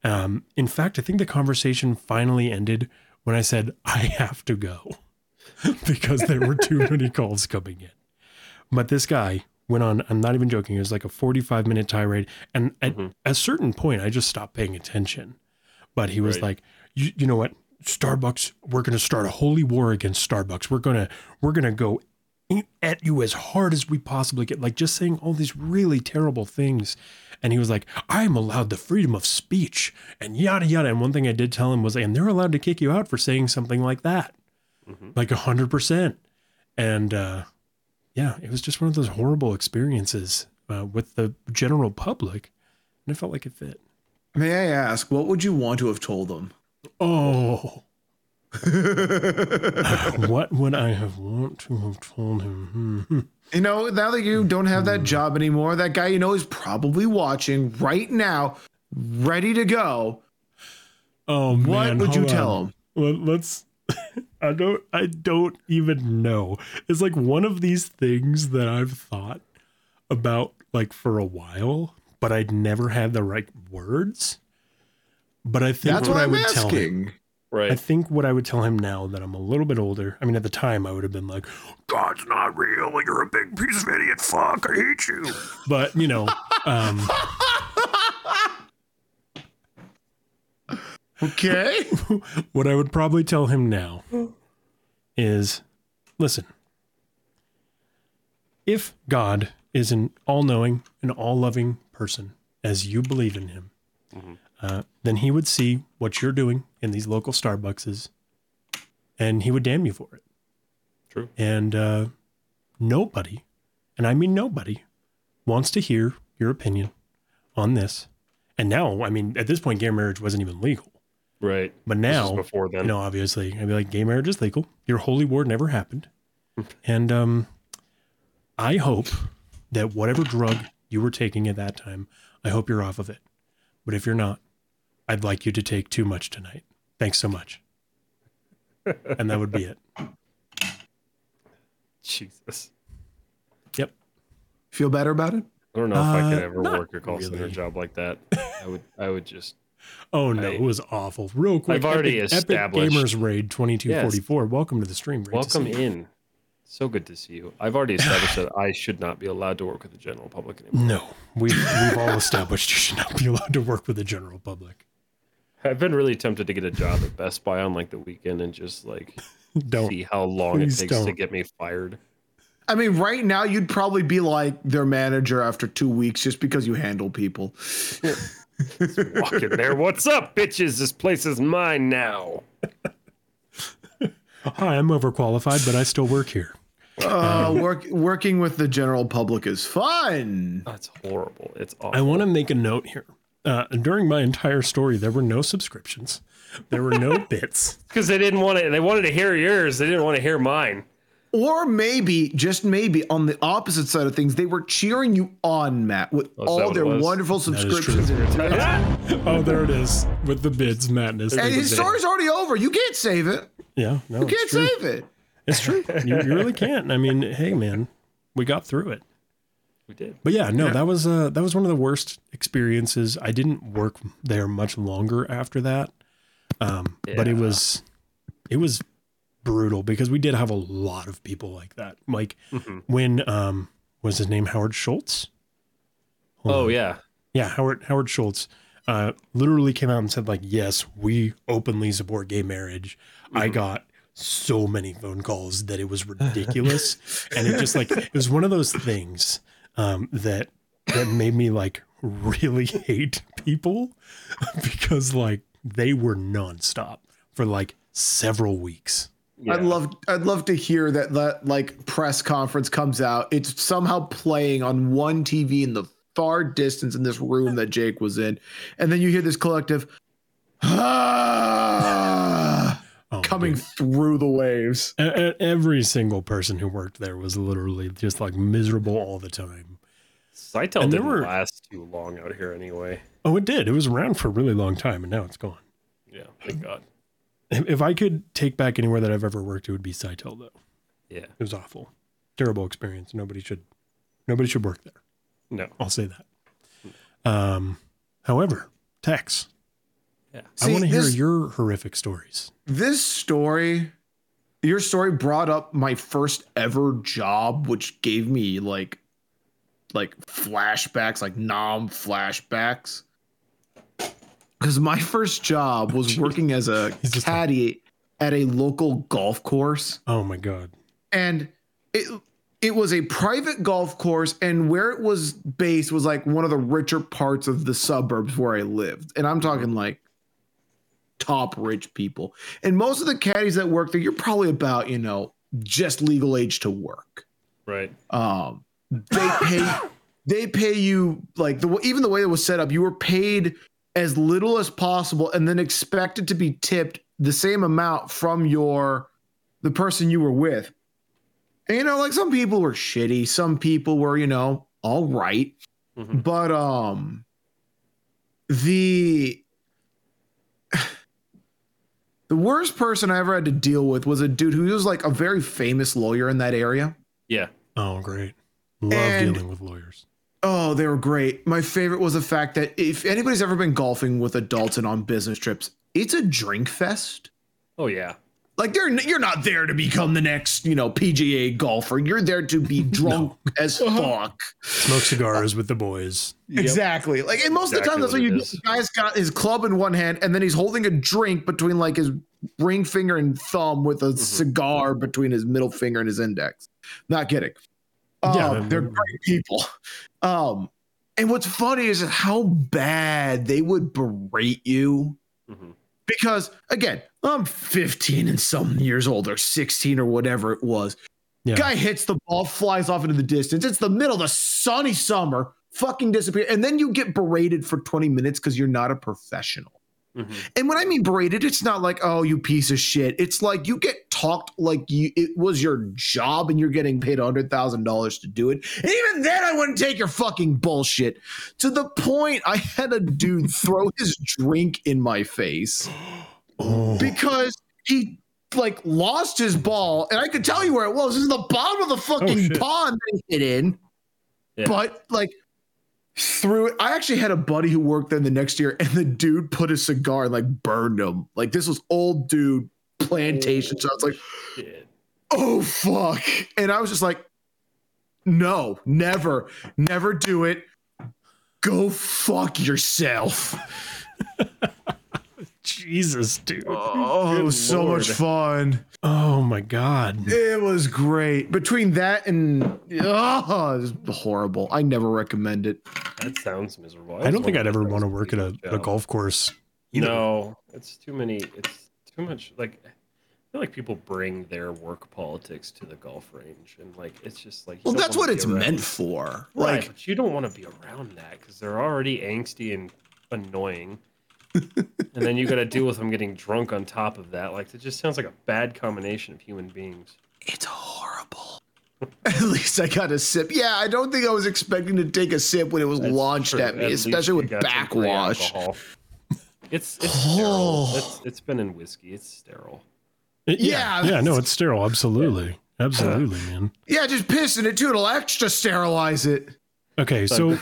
Um, in fact, I think the conversation finally ended when I said I have to go because there were too many calls coming in. But this guy went on, I'm not even joking, it was like a 45 minute tirade. And at a certain point, I just stopped paying attention. But he was
Right.
like, you, you know what? Starbucks, we're going to start a holy war against Starbucks. We're going to, we're going to go at you as hard as we possibly get. Like just saying all these really terrible things. And he was like, I'm allowed the freedom of speech and yada, yada. And one thing I did tell him was, and they're allowed to kick you out for saying something like that like a hundred percent. And uh, yeah, it was just one of those horrible experiences uh, with the general public, and it felt like it fit.
May I ask, what would you want to have told them?
Oh, what would I have want to have told him? Hmm.
You know, now that you don't have that job anymore, that guy you know is probably watching right now, ready to go.
Oh
What
man,
would you
hold
tell
on.
him?
Well, let's. I don't. I don't even know. It's like one of these things that I've thought about like for a while, but I'd never had the right words. But I think
That's
what
what
I
I'm
would tell him.
asking.
Right.
I think what I would tell him now that I'm a little bit older, I mean, at the time I would have been like, God's not real. You're a big piece of idiot. Fuck. I hate you. But, you know, um,
Okay.
what I would probably tell him now is listen, if God is an all knowing and all loving person, as you believe in him,
Mm-hmm.
uh, then he would see what you're doing in these local Starbuckses and he would damn you for it.
True.
And uh, nobody, and I mean nobody, wants to hear your opinion on this. And now, I mean, at this point, gay marriage wasn't even legal.
Right.
But
This
now,
was before then.
you know, obviously, I'd be like, gay marriage is legal. Your holy war never happened. And um, I hope that whatever drug you were taking at that time, I hope you're off of it. But if you're not, I'd like you to take too much tonight. Thanks so much. and that would be it.
Jesus.
Yep.
Feel better about it?
I don't know if I could
Uh,
ever
not
work a call center
really.
job like that. I would. I would just.
Oh no,
I-
it was awful. Real quick,
I've already
Epic,
established-
Epic Gamers Raid 2244. Welcome to the stream. Great to
Welcome
see you.
in. So good to see you. I've already established that I should not be allowed to work with the general public anymore.
No, we've we've all established you should not be allowed to work with the general public.
I've been really tempted to get a job at Best Buy on like the weekend and just like
Don't.
see how long it
Please
takes to
don't.
get me fired.
I mean, right now you'd probably be like their manager after two weeks just because you handle people.
Walk in there. What's up, bitches? This place is mine now.
Hi, I'm overqualified, but I still work here.
Uh, work working with the general public is fun.
That's horrible. It's awful.
I want to make a note here. Uh, during my entire story, there were no subscriptions. There were no bits.
because they didn't want to. They wanted to hear yours. They didn't want to hear mine.
Or maybe, just maybe, on the opposite side of things, they were cheering you on, Matt, with
Oh, is that
all
what
their
it was?
wonderful
true.
subscriptions.
Ah!
Oh, there it is with the bids madness.
And his story's already over. You can't save it.
Yeah, no,
You can't
it's true.
save it.
It's true. You, you really can't. I mean, hey, man, we got through it.
we did.
But yeah, no, that was uh that was one of the worst experiences. I didn't work there much longer after that. Um but it
Yeah.
was it was brutal because we did have a lot of people like that. Like
Mm-hmm.
when um was his name Howard Schultz? Hold
Oh
on.
yeah.
Yeah, Howard Howard Schultz uh literally came out and said like, "Yes, we openly support gay marriage."
Mm-hmm.
I got so many phone calls that it was ridiculous and it just like it was one of those things um, that that made me like really hate people because like they were nonstop for like several weeks.
I'd love, I'd love to hear that. That like press conference comes out. It's somehow playing on one TV in the far distance in this room that Jake was in, and then you hear this collective. "Ah,"
Oh,
coming
dude.
through the waves.
E- e- Every single person who worked there was literally just like miserable all the time.
Sitel
And there
didn't
were-
last too long out here anyway.
Oh, it did. It was around for a really long time, and now it's gone.
Yeah, thank God.
If if I could take back anywhere that I've ever worked, it would be Sitel, though.
Yeah,
It was awful, terrible experience. Nobody should, nobody should work there.
no.
I'll say that. Um, however, Tex,
Yeah.
I
See,
want to hear
this-
your horrific stories.
This story, your story brought up my first ever job, which gave me like like flashbacks, like nom flashbacks. Because my first job was working as a
He's just like-
caddy at a local golf course.
Oh my god.
and it it was a private golf course and where it was based was like one of the richer parts of the suburbs where i lived and i'm talking like top rich people and most of the caddies that work there you're probably about you know just legal age to work
Right.
um they pay they pay you like the even the way it was set up you were paid as little as possible and then expected to be tipped the same amount from your the person you were with and, you know like some people were shitty some people were you know all right
Mhm.
but um the the worst person i ever had to deal with was a dude who was like a very famous lawyer in that area
Yeah.
Oh great. Love
And-
dealing with lawyers.
Oh, they were great. My favorite was the fact that if anybody's ever been golfing with adults and on business trips, it's a drink fest.
Oh yeah.
Like they're you're not there to become the next, you know, PGA golfer. You're there to be drunk as
Uh-huh.
fuck.
Smoke cigars with the boys.
Exactly. Like and most
Exactly
of the
what
time
it
that's
is.
what you the guy's got his club in one hand and then he's holding a drink between like his ring finger and thumb with
Mm-hmm.
a cigar between his middle finger and his index. Not kidding.
Yeah,
Um,
that-
they're great people. Um and what's funny is how bad they would berate you
Mhm.
because again, I'm 15 and some years old or 16 or whatever it was.
Yeah.
Guy hits the ball, flies off into the distance. It's the middle of the sunny summer, fucking disappear. And then you get berated for 20 minutes because you're not a professional.
Mhm.
And when I mean berated, it's not like, oh, you piece of shit. It's like you get talked like you it was your job and you're getting paid hundred thousand dollars to do it. And even then I wouldn't take your fucking bullshit. To the point I had a dude throw his drink in my face
Oh,
because he like lost his ball, and I could tell you where it was. This is the bottom of the fucking
shit.
pond that he hit in.
Yeah.
But like through it, I actually had a buddy who worked there the next year, and the dude put a cigar and like burned him. Like this was old dude plantation. So I was like,
Shit.
oh fuck. And I was just like, no, never, never do it. Go fuck yourself.
Jesus, dude.
Oh, it was so
lord.
much fun.
Oh my god.
It was great. Between that and oh, it was horrible. I never recommend it.
That sounds miserable.
I don't think I'd ever
those
want to
those
work at a,
jobs.
a golf course.
No, it's too many. It's too much. Like, I feel like people bring their work politics to the golf range, and like, it's just like. you
Well,
don't
that's
wanna
what
be
it's
around-
meant for.
Right,
Like,
but you don't want to be around that because they're already angsty and annoying, and then you got to deal with them getting drunk on top of that. Like, it just sounds like a bad combination of human beings.
it's horrible. At least I got a sip. Yeah, I don't think I was expecting to take a sip when it was
That's
launched
true.
at me,
least
especially
you
with
got some free
backwash.
alcohol. It's it's sterile.
Oh.
It's, it's been in whiskey. It's sterile.
It-
Yeah.
yeah. Yeah, no, it's sterile. Absolutely. Absolutely, man.
Yeah, just piss in it too. It'll extra sterilize it.
Okay, so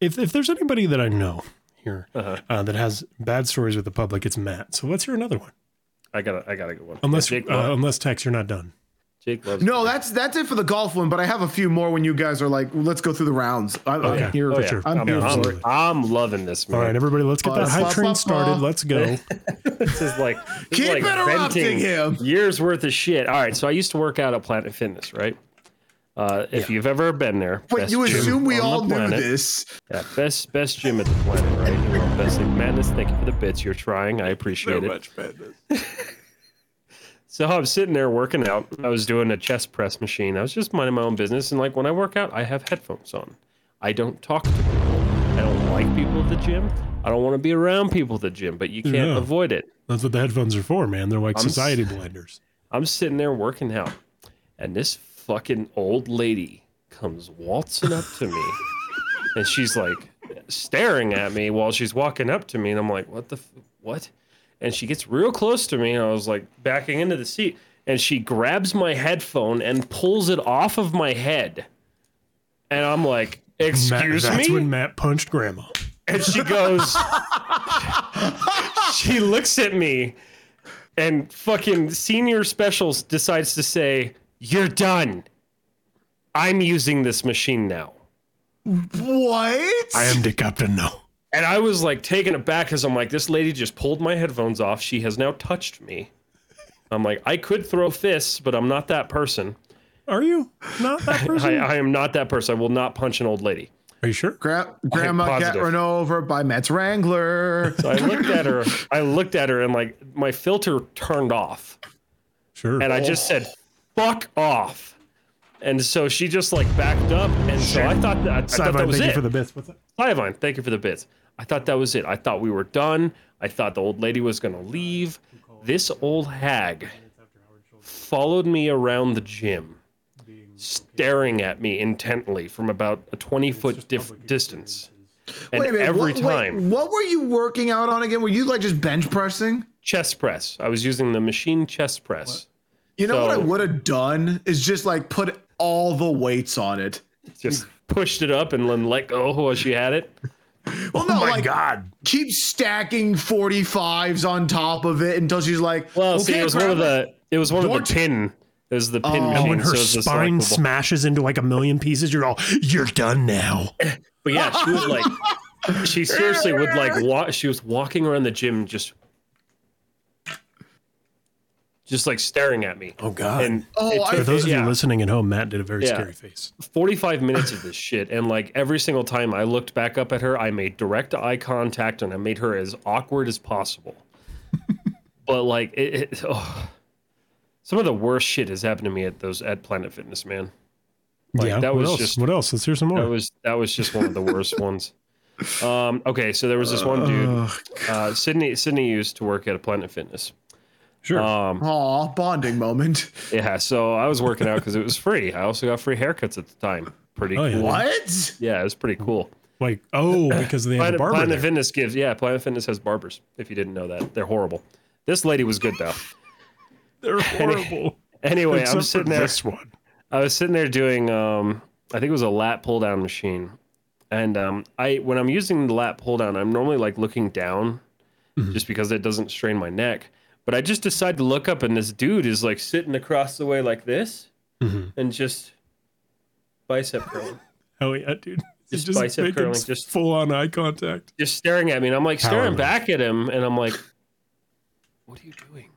if, if there's anybody that I know here
Uh-huh.
uh, that has bad stories with the public, it's Matt. So let's hear another one.
I got a, I got a good one.
Unless,
Jake,
uh,
lo-
unless Tex, you're not done.
Jake loves.
No, that's that's it for the golf one. But I have a few more when you guys are like, let's go through the rounds. I,
Okay.
I'm here.
Oh,
for
yeah.
I'm
I'm
here
on.
for it.
I'm, I'm loving this man.
All right, everybody, let's get that hype train started. Let's go.
This is like this is
Keep
like venting
interrupting him.
Years worth of shit. All right, so I used to work out at Planet Fitness, right? Uh, if you've ever been there,
Wait,
best
you
gym
assume
on
we
the
all knew
planet.
this?
Yeah, best best gym at the planet, right? You know, best thing. Madness, thank you for the bits you're trying. I appreciate it. So I'm sitting there working out. I was doing a chest press machine. I was just minding my own business. And like when I work out, I have headphones on. I don't talk to people. I don't like people at the gym. I don't want to be around people at the gym, but you can't
Yeah.
avoid it.
That's what the headphones are for, man. They're like
I'm s-
society blenders.
I'm sitting there working out, and this fucking old lady comes waltzing up to me, and she's like staring at me while she's walking up to me, and I'm like, "What the f- what?" And she gets real close to me, and I was like backing into the seat, and she grabs my headphone and pulls it off of my head, and I'm like,
Matt-
"Excuse
that's
me?"
when Matt punched Grandma.
and she goes she looks at me and fucking senior specials decides to say you're done i'm using this machine now
What?
I am the captain now.
and i was like taken aback because i'm like this lady just pulled my headphones off she has now touched me i'm like i could throw fists but i'm not that person
Are you not that person?
i, uh, I am not that person i will not punch an old lady
Are you sure?
Gra- Grandma got
positive.
run over by Matt's Wrangler.
so i looked at her i looked at her and like my filter turned off
Sure.
and I just said, "Fuck off." And so she just like backed up, and so I thought that, I thought
Sidevine,
that was
thank you
it.
for the bits. What's up?
Sidevine, thank you for the bits. I thought that was it. I thought we were done. I thought the old lady was gonna leave. This old hag followed me around the gym, staring at me intently from about a twenty foot dif- distance, and every
what,
time
Wait, what were you working out on again? Were you like just bench pressing?
chest press. I was using the machine chest press.
You know what I
So-
would have done is just like put all the weights on it.
Hmm.
Just pushed it up and then let go while she had it. Oh
Well, no, like
God.
keep stacking 45s on top of it until she's like,
Well, see,
"Okay,
it was one of
Grandma."
the it was one of
Don't-
the pin. It was the pin
Oh.
machine.
And when her
so it was the
spine
selectable.
smashes into like a million pieces, you're all, you're done now.
but yeah, she was like, she seriously would like walk. She was walking around the gym just, just like staring at me.
Oh, God.
And
Oh,
it
I-
For
took-
those of
yeah.
you listening at home, Matt did a very
Yeah.
scary face.
45 minutes of this shit and like every single time i looked back up at her i made direct eye contact and i made her as awkward as possible but like it, it oh. some of the worst shit has happened to me at those at planet fitness man like
yeah.
that
what
was
else?
just
what else? Let's hear some more.
that was that was just one of the worst ones um okay so there was this one dude uh sydney sydney used to work at a planet fitness
sure.
um
Aw, bonding moment.
yeah so i was working out because it was free i also got free haircuts at the time pretty
Oh, yeah.
cool
What?
yeah it was pretty cool
like, oh, because they have a
Planet,
barber.
Planet
there.
Fitness gives yeah. Planet Fitness has barbers. If you didn't know that, they're horrible. This lady was good though.
They're horrible.
Anyway,
Except
I'm sitting
for
there.
This one.
I was sitting there doing. Um, I think it was a lat pull down machine, and um, I when I'm using the lat pull down, I'm normally like looking down, just because it doesn't strain my neck. But I just decided to look up, and this dude is like sitting across the way like this, and just bicep curling,
Oh yeah, dude.
Just bicep
making
curling, just-
full on eye contact.
just staring at me, and I'm like staring
Powerless.
back at him, and I'm like, "What are you doing?"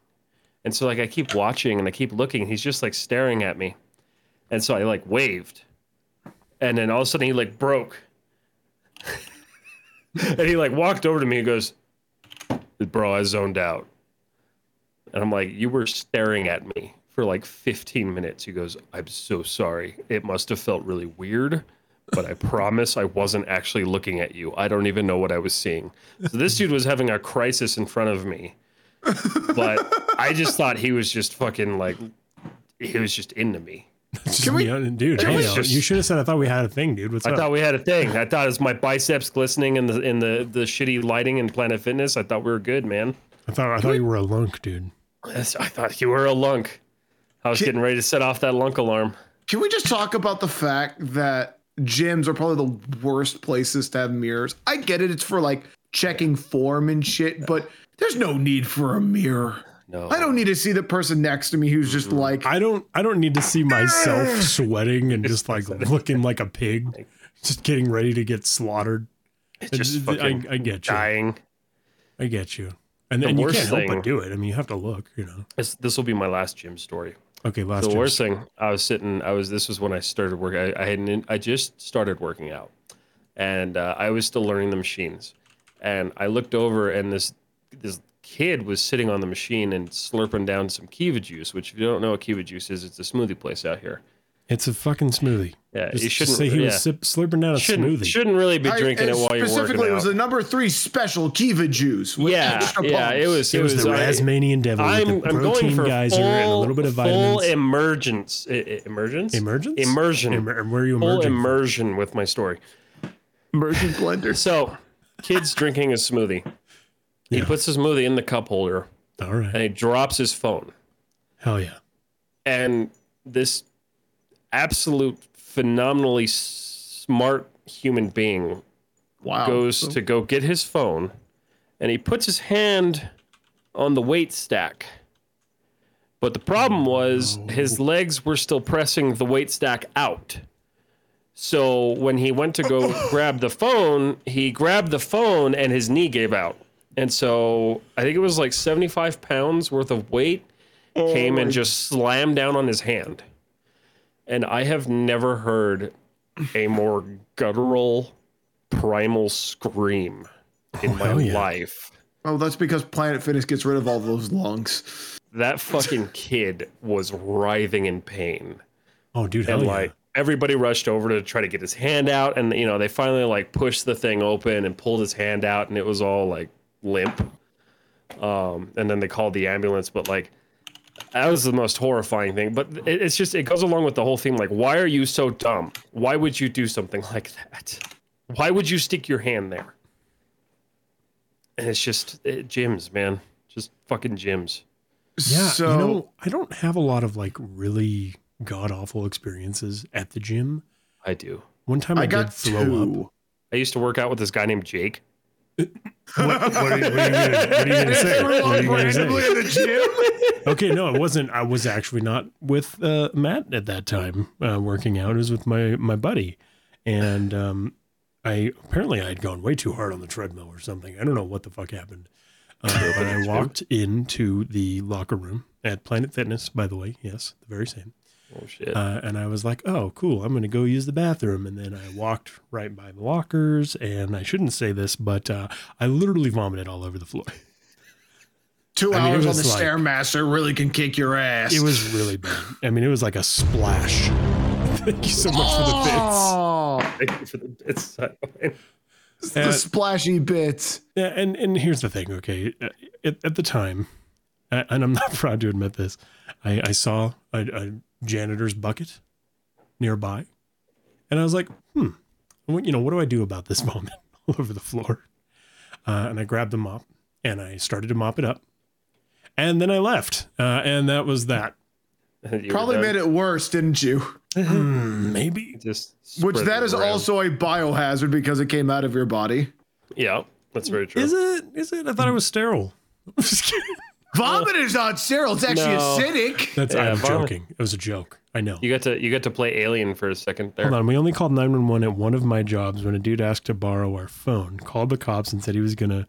And so like I keep watching and I keep looking. He's just like staring at me, and so I like waved, and then all of a sudden he like broke, and he like walked over to me and goes, "Bro, I zoned out." And I'm like, "You were staring at me." For like 15 minutes, he goes, I'm so sorry. It must have felt really weird but I promise I wasn't actually looking at you. I don't even know what I was seeing. So this dude was having a crisis in front of me, but I just thought he was just fucking like he was just into me.
Just
we-
beyond- dude,
we
hey, yo,
just-
you should have said I thought we had a thing, dude. What's
I
up?
thought we had a thing. I thought it was my biceps glistening in the in the the shitty lighting in Planet Fitness. I thought we were good, man.
I thought I thought you were a lunk, dude.
That's- I thought you were a lunk. I was getting ready to set off that lunk alarm.
Can we just talk about the fact that gyms are probably the worst places to have mirrors? I get it, it's for like checking form and shit, but there's no need for a mirror.
No,
I don't need to see the person next to me who's
Mm-hmm.
just like,
I don't I don't need to see myself sweating and just like looking like a pig, just getting ready to get slaughtered.
It's just
I,
fucking
I get you.
dying.
I get you. And then you
worst
can't help
thing-
but do it. I mean, you have to look, you know.
This, this will be my last gym story.
Okay, last
the
year.
worst thing i was sitting i was this was when i started work i, I hadn't i just started working out and uh, i was still learning the machines and i looked over and this this kid was sitting on the machine and slurping down some kiva juice which if you don't know what kiva juice is it's a smoothie place out here
It's a fucking smoothie.
Yeah,
Just
you shouldn't
say he
yeah.
was sip, slurping down a
shouldn't,
smoothie.
shouldn't really be drinking
I-
it while you're
specifically,
working
it was
out.
the number three special Kiva juice. with
yeah,
extra
yeah,
pumps.
it was.
it was, the
I-
Rasmanian devil
I'm,
with the
I'm going
protein
for
geyser
full,
and a little bit of
full
vitamins.
emergence. I- I- emergence.
Emergence?
Immersion.
Emer- where are you
full
emerging? from?
immersion with my story.
Immersion blender.
So, kids drinking a smoothie. He
Yeah.
puts his smoothie in the cup holder
All right.
and he drops his phone.
Hell yeah.
and this absolute phenomenally smart human being
Wow.
goes to go get his phone and he puts his hand on the weight stack but the problem was his legs were still pressing the weight stack out so when he went to go grab the phone he grabbed the phone and his knee gave out and so i think it was like 75 pounds worth of weight came and just slammed down on his hand. And I have never heard a more guttural, primal scream in my
hell yeah.
life.
Oh, that's because Planet Fitness gets rid of all those lungs.
That fucking kid was writhing in pain.
Oh, dude. Hell
And
yeah.
like everybody rushed over to try to get his hand out. And, you know, they finally like pushed the thing open and pulled his hand out and it was all like limp. Um, and then they called the ambulance. But like, that was the most horrifying thing. But it, it's just, it goes along with the whole theme. Like, why are you so dumb? Why would you do something like that? Why would you stick your hand there? And it's just it, gyms, man. Just fucking gyms.
Yeah,
So
you know, I don't have a lot of like really god awful experiences at the gym.
I do.
One time I,
I got
did throw up.
two.
I used to work out with this guy named Jake.
What, what, are, you- what are you gonna- what are you going to say? What are you gonna say?
Randomly in the gym.
Okay, no, it wasn't. I was actually not with uh, Matt at that time uh, working out. It was with my my buddy, and um, I apparently I had gone way too hard on the treadmill or something. I don't know what the fuck happened. Uh, but I walked into the locker room at Planet Fitness, by the way. Yes, the very same.
Oh shit.
Uh, and I was like, oh, cool. I'm going to go use the bathroom. And then I walked right by the lockers. And I shouldn't say this, but uh, I literally vomited all over the floor.
Two
I mean, it
hours on the
was like-
stairmaster really can kick your ass.
It was really bad. I mean, it was like a splash. Thank you so much
oh,
Thank you for the bits.
for the bits.
the
Uh,
splashy bits.
Yeah, and and here's the thing, okay? Uh, At, at the time, a- and I'm not proud to admit this, I, I saw a, a janitor's bucket nearby, and I was like, hmm, what, you know, what do I do about this moment all over the floor? Uh, and I grabbed the mop and I started to mop it up, and then I left, uh, and that was that.
Probably made it worse, didn't you?
Hmm, maybe
just
Which
spread
that
it
is
around.
also a biohazard because it came out of your body.
yeah that's very true
is it? Is it? I thought it was sterile. I'm just kidding.
Vomit is not sterile. It's actually
No.
acidic.
That's
Yeah,
I'm
vomit.
joking. It was a joke. I know.
you got to you got to play alien for a second there
Hold on, we only called 911 at one of my jobs when a dude asked to borrow our phone, called the cops, and said he was going to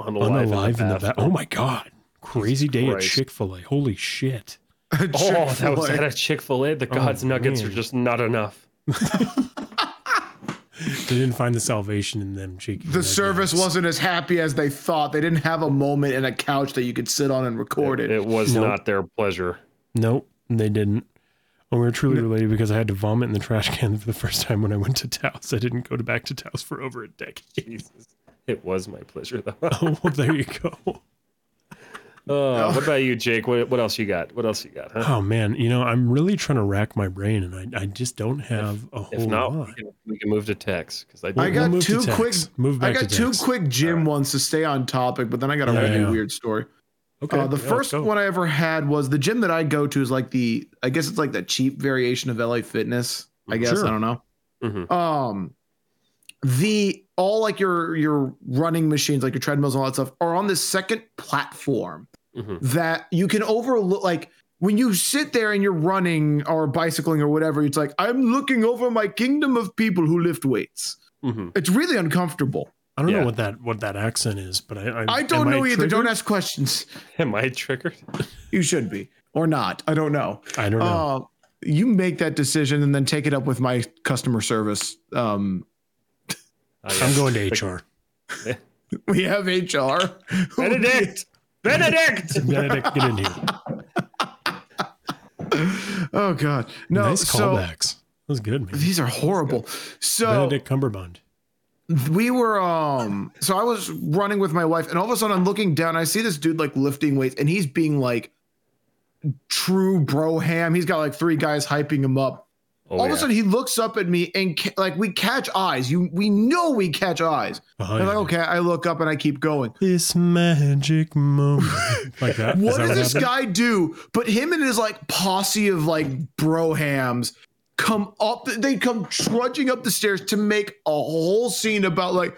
on
unalive in the back. Oh my God. Crazy day at
Christ.
Chick fil A. Holy shit.
oh that was at
Chick-fil-A.
a chick-fil-a the god's nuggets
Oh, man.
are just not enough
They didn't find the salvation in them, cheeky.
the
nuggets.
service wasn't as happy as they thought. They didn't have a moment and a couch that you could sit on and record it.
it was not their pleasure
Nope, they didn't. Well, we were truly related because I had to vomit in the trash can for the first time when I went to Taos. I didn't go to back to Taos for over a decade.
jesus it was my pleasure though
Oh, well, there you go.
Uh, what about you jake what, what else you got what else you got huh
Oh, man. You know, I'm really trying to rack my brain, and I, I just don't have a whole
if not we
lot.
can, we can move to text because i,
I
We'll
got
move to
two
text.
quick.
Move
I
back
got
to
two
text.
quick gym ones to stay on topic, but then I got a
Yeah,
really
yeah.
weird story.
Okay.
uh, the
yeah, let's
first
go.
one I ever had was the gym that I go to is like the I guess it's like the cheap variation of LA Fitness. I guess
Mm, Sure. Mm-hmm.
I don't know.
Mhm.
Um, the all like your your running machines, like your treadmills and all that stuff, are on this second platform
Mhm.
that you can overlook like when you sit there and you're running or bicycling or whatever it's like i'm looking over my kingdom of people who lift weights
Mhm.
it's really uncomfortable
I don't
Yeah.
know what that what that accent is, but I I,
i don't
am
know either don't
triggered?
ask questions
am i triggered
you should be or not i don't know
I don't know.
Uh, you make that decision and then take it up with my customer service um
I
I'm
guess.
going to HR.
we have hr
benedict benedict
Benedict, get in here.
oh god, no.
nice
so
callbacks. That was good, man.
these are horrible. So
Benedict Cumberbund.
we were um so i was running with my wife and all of a sudden i'm looking down i see this dude like lifting weights and he's being like true bro ham he's got like three guys hyping him up
Oh,
all
yeah.
of a sudden he looks up at me and ca- like we catch eyes you we know we catch eyes
Oh,
i'm
yeah.
like okay i look up and i keep going
This magic moment. like that. Is
what
that
does this
happened?
guy do? But him and his like posse of like brohams come up. They come trudging up the stairs to make a whole scene about like,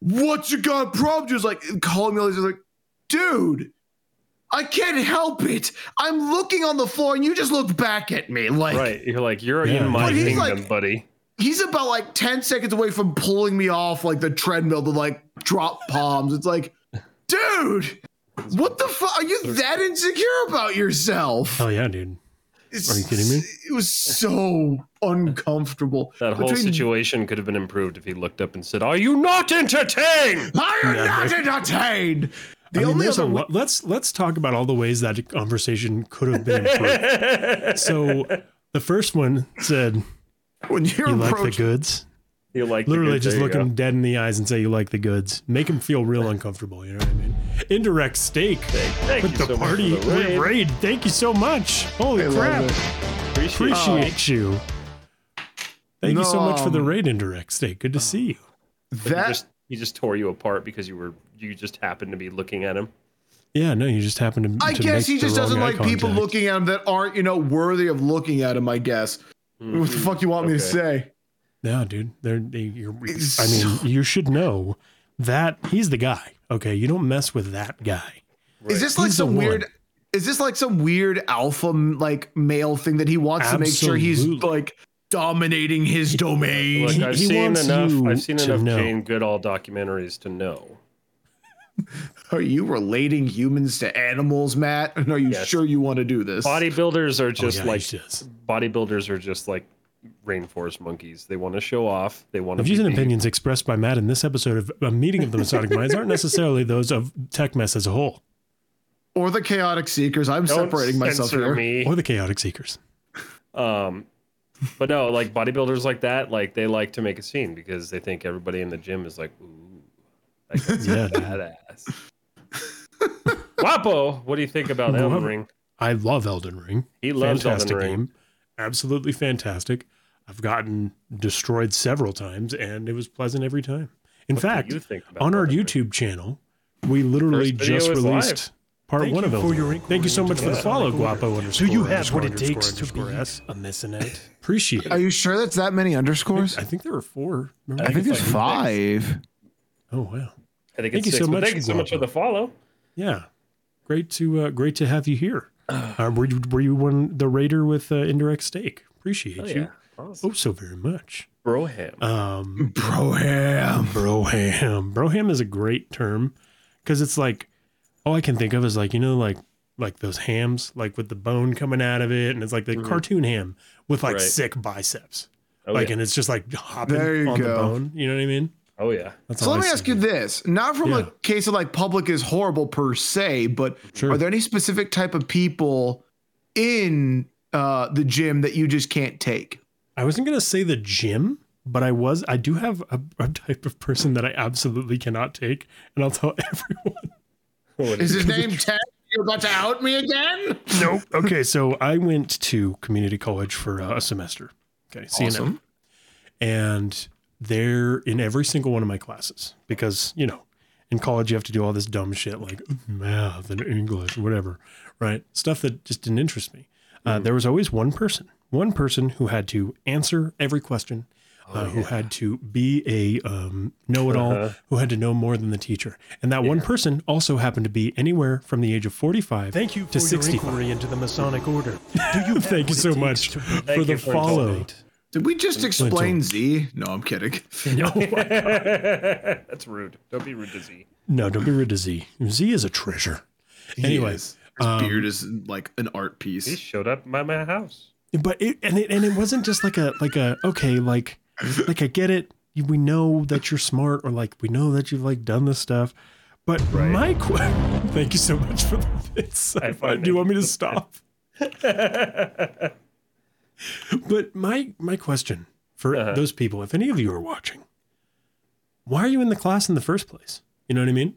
what you got problem? Just like calling me all these like, dude, I can't help it. I'm looking on the floor and you just look back at me. Like
right. You're like, you're
Yeah.
in my
But he's
kingdom,
like-
buddy.
he's about like 10 seconds away from pulling me off like the treadmill to like drop palms. It's like, dude. What the fuck? Are you that insecure about yourself?
Oh yeah, dude.
It's-
Are you kidding me?
It was so uncomfortable.
That whole
Between-
situation could have been improved if he looked up and said, Are you not entertained?
Are you
Yeah,
not entertained? The
I mean,
only
there's
other
a lot- let's let's talk about all the ways that conversation could have been improved. so the first one said,
when you're
"You like the
approached,
goods."
You like the
Literally,
good-
just
there you
look him dead in the eyes and say, "You like the goods." Make him feel real uncomfortable. You know what I mean? Indirect stake.
go. Thank
But
you
the
so much for
party
the raid.
raid. Thank you so much. Holy
I love
crap!
it.
Appreciate it.
Oh,
Appreciate you. Thank you so much for the
No, um,
raid indirect stake. Good to see you.
he
that
just he just tore you apart because you were you just happened to be looking at him.
Yeah, no, you just happened to.
I
to make
guess he
the
just
wrong
doesn't
eye
like people
contact.
looking at him that aren't you know worthy of looking at him. I guess. What the fuck you want me to
Mm-hmm. Okay.
say?
No, dude. They're, they, you're,
It's
I mean, you should know that he's the guy. Okay, you don't mess with that guy.
Is this
He's
like
the
some
one.
weird? Is this like some weird alpha like male thing that he wants to make sure he's
Absolutely.
like dominating his domain?
Look,
He-
I've
he
seen
wants
enough.
you
I've seen
to
enough
know.
Jane Goodall documentaries to know.
Are you relating humans to animals, Matt? And are you
Yes.
sure you want to do this?
Bodybuilders are just
Oh, yeah,
like
he does.
bodybuilders are just like rainforest monkeys. They want to show off. They want to.
Views
be
and
big.
opinions expressed by Matt in this episode of a meeting of the Masonic Minds aren't necessarily those of Tech Mess as a whole
or the chaotic seekers. I'm
Don't
separating myself
censor
here.
Me.
or the Chaotic Seekers.
Um, but no, like bodybuilders like that, like they like to make a scene because they think everybody in the gym is like, ooh, like that's
Yeah, dude.
badass. Wapo, what do you think about Elden
Guapo.
Ring?
I love Elden Ring.
He loves
Fantastic
Elden Ring.
game. Absolutely fantastic. I've gotten destroyed several times and it was pleasant every time. In
do
fact,
you think about
on our
Elden Ring?
YouTube channel, we literally
First video
just
is live.
released part
Thank
one
you
of
for
Elden
your
Ring.
inquiry
Thank you so
into
much
the
for the
Masonic
follow,
Order.
Guapo.
Do
underscore
you have what it
underscore
takes to
underscore
be
S.
a Masonite?
Appreciate
Are
it.
you sure that's that many underscores?
I think there were four. Remember?
I think there's five.
Oh wow.
I think it's
Thank you
six,
so
but
much,
Thank you so much for
Guapo.
the follow.
Yeah. Great to uh, great to have you here. Uh, were you were you one the raider with uh, indirect stake? Appreciate
Oh,
you
yeah.
oh so very much.
Broham.
Um,
Broham.
broham. Broham is a great term because it's like all I can think of is like you know like like those hams like with the bone coming out of it, and it's like the cartoon ham with like
Mm-hmm. Right.
sick biceps,
Oh,
like
yeah.
and it's just like hopping
There you
on the
go.
bone. You know what I mean?
oh yeah.
That's
So
all
let
I
me
see.
ask you this: not from
Yeah.
a case of like public is horrible per se, but
Sure.
are there any specific type of people in uh, the gym that you just can't take?
I wasn't gonna say the gym, but I was. I do have a, a type of person that I absolutely cannot take, and I'll tell everyone.
What
Is his name Ted? You're about to out me again?
Nope. okay, so I went to community college for uh, a semester. Okay, CNM.
Awesome.
And they're in every single one of my classes because, you know, in college you have to do all this dumb shit like math and English, whatever, right? Stuff that just didn't interest me. Uh, there was always one person, one person who had to answer every question, uh, who had to be a um, know-it-all, who had to know more than the teacher, and that one person also happened to be anywhere from the age of forty-five
Thank you for
to
your
sixty-five.
inquiry into the Masonic Order.
Thank you so much for
you
the
for
follow.
indulging.
Did we just explain Z? No, I'm kidding.
That's rude. Don't be rude to Z.
No, don't be rude to Z. Z is a treasure.
He
Anyways, um,
is. his beard is like an art
He
piece.
showed up by my house.
but it and it and it wasn't just like a like a okay like like I get it. You- We know that you're smart, or like we know that you've like done this stuff. But my question. Thank you so much for the bits.
I
Do
find
you
it-
want me to stop? But my my question for
Uh-huh.
those people, if any of you are watching, why are you in the class in the first place? You know what I mean?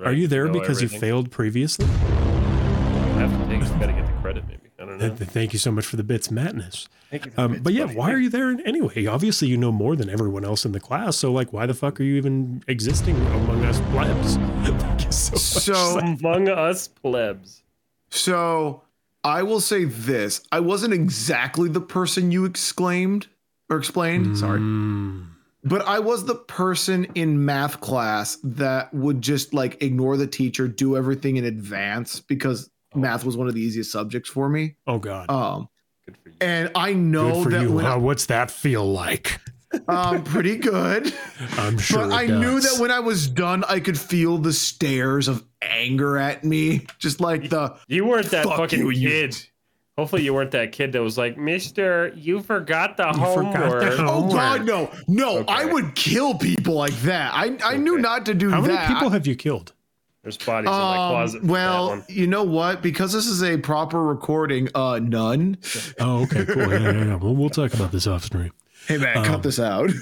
Are you there because you failed previously?
failed? I have to take. Got to get the credit, maybe. I don't know.
Th- th- Thank you so much for the bits madness.
Thank you for
Um,
the
but yeah,
bits,
why
buddy.
are you there in- anyway? Obviously, you know more than everyone else in the class. So, like, why the fuck are you even existing among us plebs? Thank you so much.
So
among us plebs?
so I will say this. I wasn't exactly the person you exclaimed or explained. Sorry.
Mm.
But I was the person in math class that would just like ignore the teacher, do everything in advance because math was one of the easiest subjects for me.
Oh God.
Um,
Good for you.
and I
Good
know
for
that
you.
when
Wow, what's that feel like?
um, pretty good,
I'm sure.
but
it
I knew
does.
that when I was done, I could feel the stares of anger at me, just like the
You weren't that
fuck
fucking
you, you-
kid. Hopefully, you weren't that kid that was like, "Mister, you forgot the homework."
forgot the homework.
Oh God, no, no!
Okay.
I would kill people like that. I I knew
Okay.
not to do
How
that.
many people have you killed?
There's bodies in my
Um,
closet. for that
well,
one.
you know what? Because this is a proper recording, uh, none.
Oh, okay, cool. Yeah, yeah, yeah. Well, we'll talk about this off stream.
Hey man,
Um,
cut this out.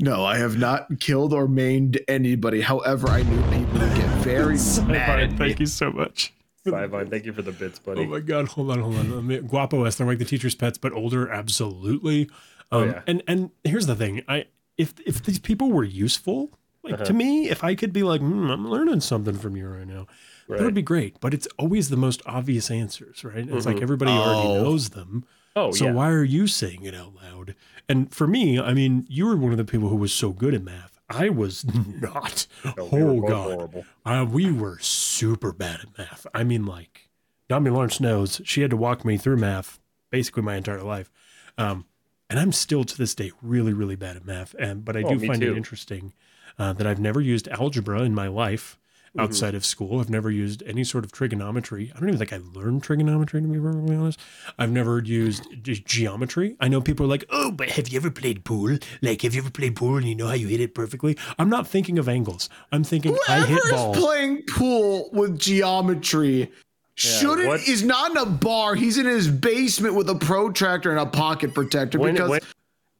no, I have not killed or maimed anybody. However, I knew people would get very mad. at me.
Thank you so much.
Bye, Vaughn. Thank you for the bits, buddy.
Oh my god, hold on, hold on. Let me- Guapo S, they're like the teacher's pets, but older, absolutely. Um,
Oh, yeah.
And and here's the thing, I if if these people were useful, like
Uh-huh.
to me, if I could be like, "Hmm, I'm learning something from you right now, that
Right. Mm-hmm.
would be great. But it's always the most obvious answers, right? It's like everybody already
Oh.
knows them.
oh
so
yeah.
why are you saying it out loud? And for me, I mean, you were one of the people who was so good at math. I was not.
No, we were
oh
both
god,
horrible.
uh, we were super bad at math. I mean, like, Nami Lawrence knows she had to walk me through math basically my entire life. Um, and I'm still to this day really, really bad at math. And but I
Oh,
do
me
find
too.
it interesting uh, that I've never used algebra in my life
Mm-hmm.
outside of school. I've never used any sort of trigonometry. I don't even think I learned trigonometry to be perfectly honest. I've never used ge- geometry. I know people are like, "Oh, but have you ever played pool? Like, have you ever played pool and you know how you hit it perfectly?" I'm not thinking of angles. I'm thinking I
Whoever
hit
is
balls.
playing pool with geometry shouldn't
what-
is not in a bar. He's in his basement with a protractor and a pocket protector
When,
because
when,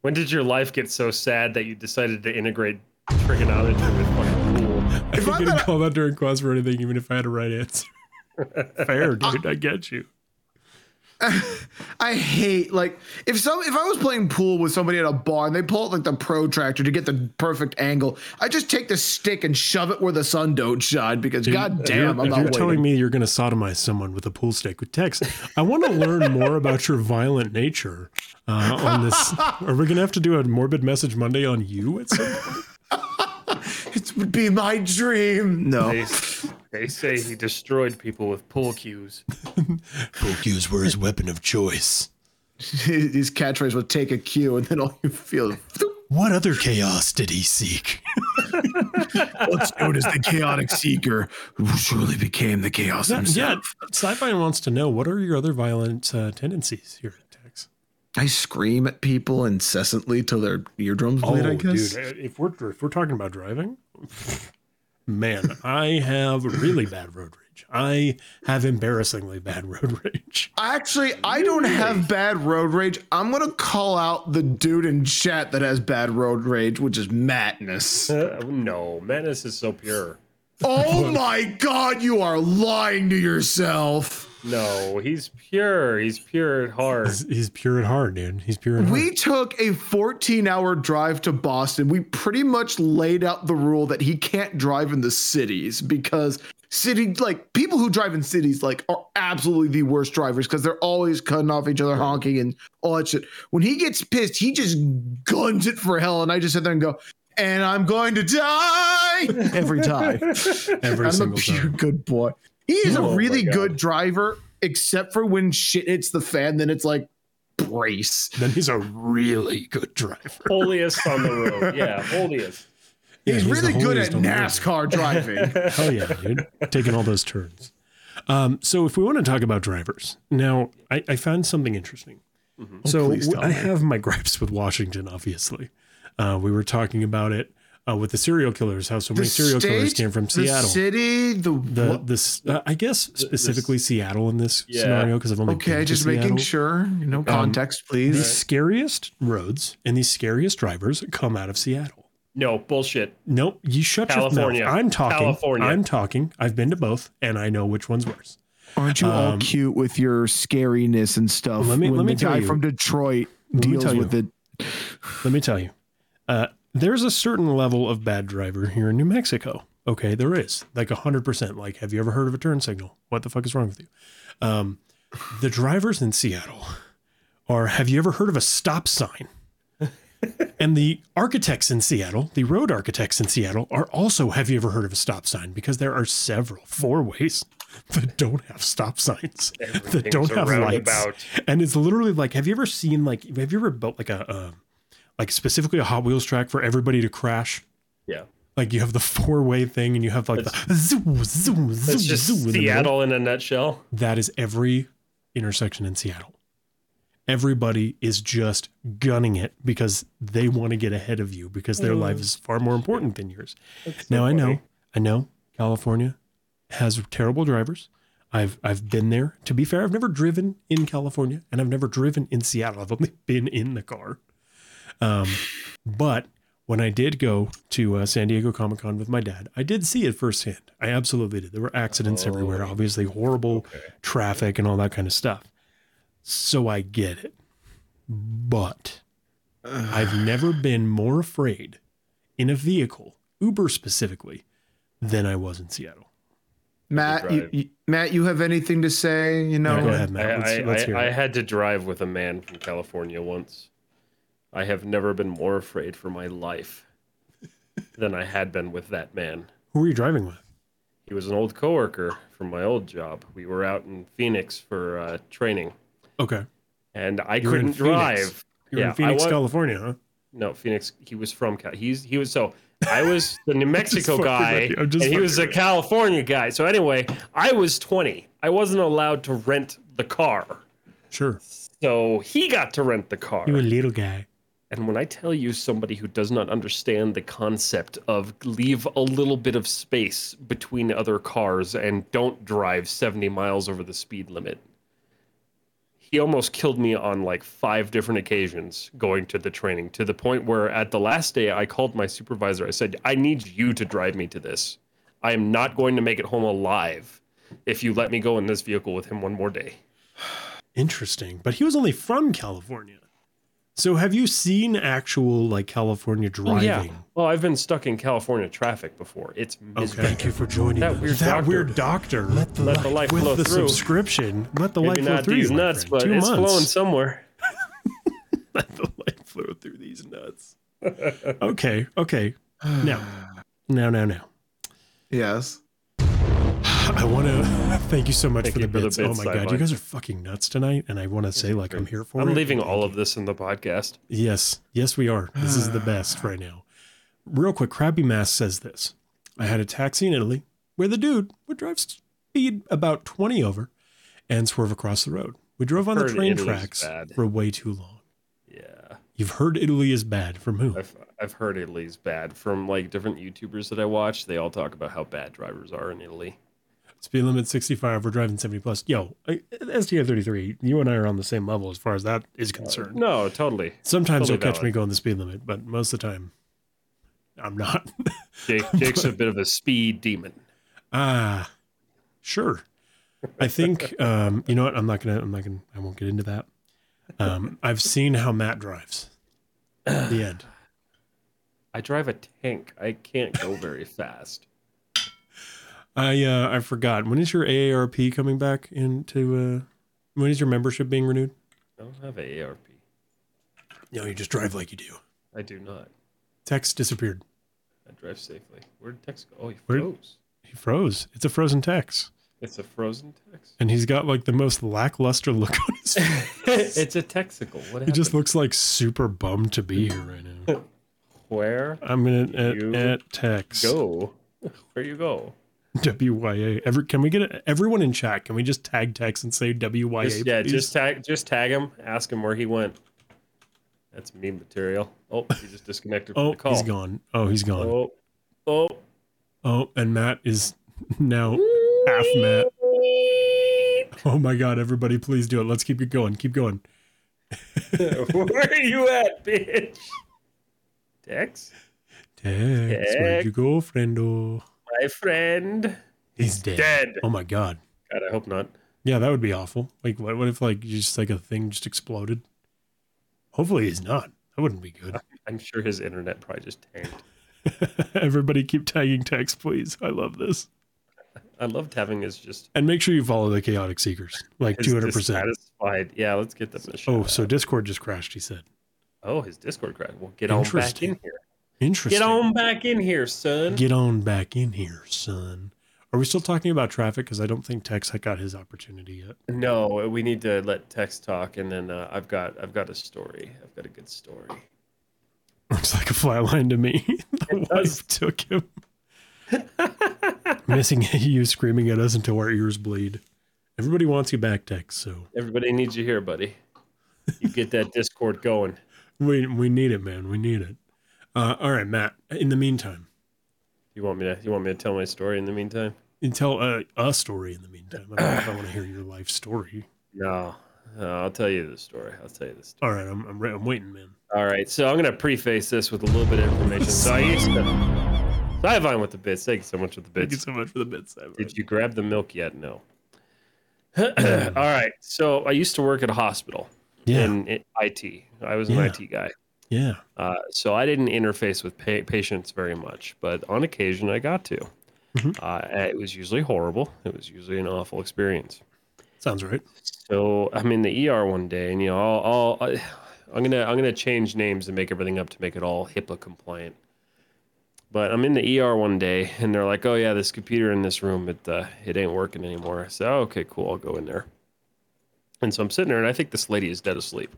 when did your life get so sad that you decided to integrate trigonometry with fucking pool?
I
If I'm
didn't
gonna-
call that during class for anything, even if I had a right answer. Fair, dude.
Ah.
I get you.
I hate like if some if I was playing pool with somebody at a bar and they pull out like the protractor to get the perfect angle, I just take the stick and shove it where the sun don't shine because god damn,
you're,
I'm
if
not
you're
waiting.
telling me you're going to sodomize someone with a pool stick with text. I want to learn more about your violent nature uh, on this. Are we going to have to do a morbid message Monday on you at some point?
it would be my dream. No.
They, s- they say he destroyed people with pool cues.
Pool cues were his weapon of choice.
His catchphrase would take a cue and then all you feel is "Thoop."
What other chaos did he seek?
Once known as the chaotic seeker, who surely became the chaos
yeah, sci-fi wants to know what are your other violent uh, tendencies here at Tex?
I scream at people incessantly till their eardrums bleed. I guess.
Oh, dude, uh, if we're if we're talking about driving, man, I have really bad road rage. I have embarrassingly bad road rage.
Actually, I don't have bad road rage. I'm gonna call out the dude in chat that has bad road rage, which is madness.
Uh, no, madness is so pure.
oh my god, you are lying to yourself.
No, he's pure. He's pure at heart.
He's, he's pure at heart, dude. He's pure at heart.
We took a 14 hour drive to Boston. We pretty much laid out the rule that he can't drive in the cities because city like people who drive in cities like are absolutely the worst drivers because they're always cutting off each other, honking and all that shit. When he gets pissed, he just guns it for hell, and I just sit there and go, and I'm going to die every time.
Every
I'm a
single
pure
time.
good boy. He is
Oh my
a really
God.
good driver, except for when shit hits the fan, then it's like brace.
Then he's a really good driver.
holiest on the road. Yeah, holiest.
Yeah,
he's,
the
really good
holiest
at
on the road.
NASCAR driving.
Hell yeah, dude. Taking all those turns. Um, so if we want to talk about drivers, now I, I found something interesting. So
please
w-
tell
I
me.
have my gripes with Washington, obviously. Uh, we were talking about it uh, with the serial killers, how so many serial killers came from
The
Seattle.
city, the,
the
what-
this uh, I guess specifically Seattle in this
Yeah.
scenario because I've only been
okay,
to
just
Seattle. Um,
making sure. You know, context,
the
please.
scariest roads and the scariest drivers come out of Seattle.
No bullshit.
Nope, you shut
California.
your mouth. I'm talking.
California.
I'm talking. I've been to both, and I know which one's worse.
Aren't you all
Um,
cute with your scariness and stuff?
Let me-
when
let me
the
tell
guy
you.
from Detroit
me
deals
tell you.
with it.
Let me tell you, uh, there's a certain level of bad driver here in New Mexico. Okay, there is like hundred percent. Like, have you ever heard of a turn signal? What the fuck is wrong with you? Um, the drivers in Seattle are. Have you ever heard of a stop sign? and the architects in Seattle, the road architects in Seattle, are also. Have you ever heard of a stop sign? Because there are several four ways that don't have stop signs, that
Everything's
don't
a
have lights,
roundabout.
and it's literally like, have you ever seen like, have you ever built like a, uh, like specifically a Hot Wheels track for everybody to crash?
Yeah.
Like you have the four way thing, and you have like the zoom, zoom, zoom,
That's just
zoom. in the middle.
Seattle in a nutshell.
That is every intersection in Seattle. Everybody is just gunning it because they want to get ahead of you because
Mm.
their life is far more important than yours. now I know, I know California has terrible drivers. I've I've been there. To be fair, I've never driven in California and I've never driven in Seattle. I've only been in the car. Um, but when I did go to uh, San Diego Comic Con with my dad, I did see it firsthand. I absolutely did. There were accidents everywhere, obviously horrible traffic and all that kind of stuff. So I get it. But I've never been more afraid in a vehicle, Uber specifically, than I was in Seattle.
Matt, you,
drive.
you- Matt, you have anything to say? You know,
Go ahead,
I,
Matt. Let's,
I,
let's hear
I, I
it.
had to drive with a man from California once. I have never been more afraid for my life than I had been with that man.
Who were you driving with?
He was an old coworker from my old job. We were out in Phoenix for uh, training,
Okay.
and I
You were in
couldn't drive.
Phoenix. You were
Yeah, I
in Phoenix,
wa-
California, huh?
No, Phoenix. He was from Cal. He's he was so I was the New Mexico
fucking
guy,
with you. I'm
and
just
he
fucking
was a California guy. So anyway, I was 20. I wasn't allowed to rent the car,
Sure.
so he got to rent the car.
You a little guy.
And when I tell you somebody who does not understand the concept of leave a little bit of space between other cars and don't drive 70 miles over the speed limit, he almost killed me on like five different occasions going to the training to the point where at the last day I called my supervisor. I said, I need you to drive me to this. I am not going to make it home alive if you let me go in this vehicle with him one more day.
Interesting. But he was only from California. So have you seen actual like California
Oh,
driving?
Well, I've been stuck in California traffic before. It's miserable.
Thank you for joining
That
us.
weird
that
doctor.
weird doctor. Let the,
Let the light
with
flow
the
through.
subscription. Let the
Maybe
light flow
not
through.
these
you, my
nuts,
friend.
but
Two
it's
months.
flowing somewhere.
the light flow through these nuts. okay, okay. Now, now, now, now.
yes.
I want to thank you so much
Thank
for,
you
the,
for the
bits.
bits,
Oh my god, you
Simon.
guys are fucking nuts tonight, and I want to say like I'm here for.
I'm
it.
leaving all of this in the podcast.
Yes, yes, we are. This is the best right now. Real quick, Krabby Mass says this. I had a taxi in Italy where the dude would drive speed about 20 over and swerve across the road. We drove on the
Heard
train
Italy's
tracks
bad.
for way too long.
Yeah,
You've heard Italy is bad from who?
I've I've heard Italy's bad from like different YouTubers that I watch. They all talk about how bad drivers are in Italy.
Speed limit 65. We're driving 70 plus. Yo, I- STI 33, you and I are on the same level as far as that is concerned.
No, totally.
Sometimes
totally
you'll catch
valid.
me going the speed limit, but most of the time, I'm not.
Jake Jake's a bit of a speed demon.
Ah, sure. I think um, you know what. I'm not gonna. I'm not gonna. I won't get into that. Um, I've seen how Matt drives. The end.
I drive a tank. I can't go very fast.
I uh, I forgot. When is your AARP coming back into? Uh, when is your membership being renewed?
I don't have a ARP.
No, you just drive like you do.
I do not.
Tex disappeared.
I drive safely. Where did Tex go? Oh, he
Where-
froze.
He froze. It's a frozen Tex,
It's a frozen Tex.
and he's got like the most lackluster look on his face.
it's a Texical. What
He
happened?
just looks like super bummed to be here right now.
Where
I'm gonna at,
You
at Tex.
go? Where you go?
WYA. Every, can we get a, everyone in chat? Can we just tag text and say WYA?
Just, yeah,
please?
just tag, just tag him. Ask him where he went. That's meme material. Oh, he just disconnected from
Oh,
the call.
he's gone. Oh, he's gone.
Oh, oh,
Oh, and Matt is now half Matt. Oh my God, everybody, please do it. Let's keep it going. Keep going.
where are you at, bitch? Dex,
Tex, where'd you go, friendo?
my friend.
He's dead.
Dead.
Oh my God.
God, I hope not.
Yeah, that would be awful. Like, what, what if, like, you just, like, a thing just exploded? Hopefully it's not. That wouldn't be good.
I'm sure his internet probably just tanked.
Everybody keep tagging Tex, please. I love this.
I loved having his just
And make sure you follow the Chaotic Seekers, like,
his
200%.
dissatisfied. Yeah, let's get them. A
Oh,
shout-out.
so Discord just crashed, he said.
oh, his Discord crack. Well, get on back
Interesting.
in here.
Interesting.
Get on back in here, son.
Get on back in here, son. Are we still talking about traffic? Because I don't think Tex had got his opportunity yet.
No, we need to let Tex talk, and then uh, I've got I've got a story. I've got a good story.
Looks like a flatline to me. the wife
does.
took him. Missing you screaming at us until our ears bleed. Everybody wants you back, Tex. So
Everybody needs you here, buddy. You get that Discord going.
we we need it, man. We need it. Uh, all right, Matt. In the meantime,
You want me to you want me to tell my story in the meantime?
you tell a, a story. In the meantime, I don't know if I want to hear your life story.
No. No, Uh, I'll tell you the story. I'll tell you the story.
All right, I'm I'm, re- I'm waiting, man.
All right, so I'm gonna preface this with a little bit of information. So I used to Sivine with the bits. Thank you so much with the
Thank you
bits.
so much for the bits. Simon.
Did you grab the milk yet? No. All right. So I used to work at a hospital
Yeah,
in in IT. I was an
Yeah.
IT guy.
yeah.
Uh, so I didn't interface with pa- patients very much, but on occasion I got to.
Mhm.
Uh, it was usually horrible. It was usually an awful experience.
Sounds right.
So I'm in the ER one day, and you know, I'll, I'll I, I'm gonna I'm gonna change names and make everything up to make it all HIPAA compliant. But I'm in the ER one day, and they're like, "Oh yeah, this computer in this room it uh, it ain't working anymore." I said, oh, "Okay, cool, I'll go in there." And so I'm sitting there, and I think this lady is dead asleep.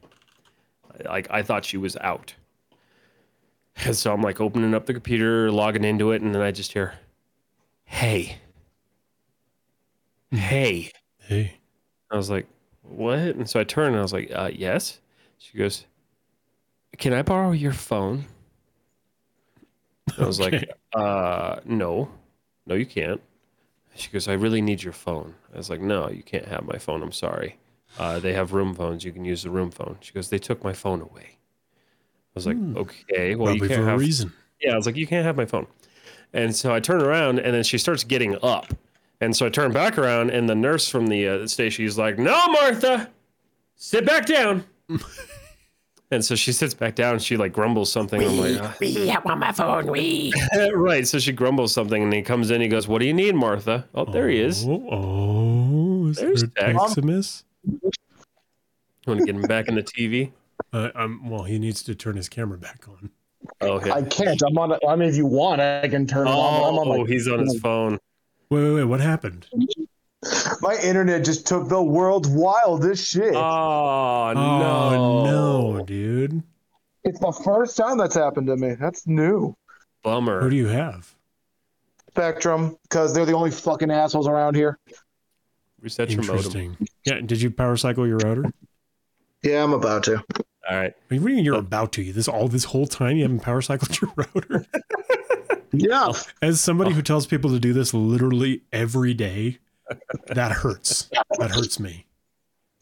I- Like I thought she was out. And so I'm like opening up the computer, logging into it, and then I just hear, "Hey, hey."
Hey.
I was like, "What?" And so I turned and I was like, uh, "Yes." She goes, "Can I borrow your phone?" I was like,
Okay.
uh, "No, no, you can't." She goes, "I really need your phone." I was like, "No, you can't have my phone. I'm sorry. Uh, they have room phones. You can use the room phone." She goes, "They took my phone away." I was like, "Okay, well,
Hmm.
you
Probably
can't
for a
have
reason.
yeah, I was like, you can't have my phone. And so I turn around, and then she starts getting up. And so I turn back around, and the nurse from the uh, station is like, "No, Martha, sit back down." and so she sits back down. And she like grumbles something. I'm like, "Ah."
We want my phone. We.
right. So she grumbles something, and he comes in. He goes, "What do you need, Martha?" Oh, there he is. You
Oh, oh is
There's
there
Tex.
Teximus?
want to get him back in the TV?
Uh, um, well, he needs to turn his camera back on.
Oh, yeah.
I can't. I'm on. I mean, if you want, I can turn it on. But I'm on
oh,
my,
he's on his phone.
Wait, wait, wait. What happened?
Oh,
my internet just took the world's wildest shit.
Oh no,
Oh, no, dude.
it's the first time that's happened to me. That's new.
Who
bummer.
do you have?
Spectrum, because they're the only fucking assholes around here.
Reset your modem.
Interesting. Yeah, did you power cycle your router? What
Yeah, I'm about to.
All right.
do you mean You're
Uh,
about to. This all this whole time you haven't power cycled your router. Oh,
Yeah,
As somebody
Oh.
who tells people to do this literally every day, that hurts. That hurts me.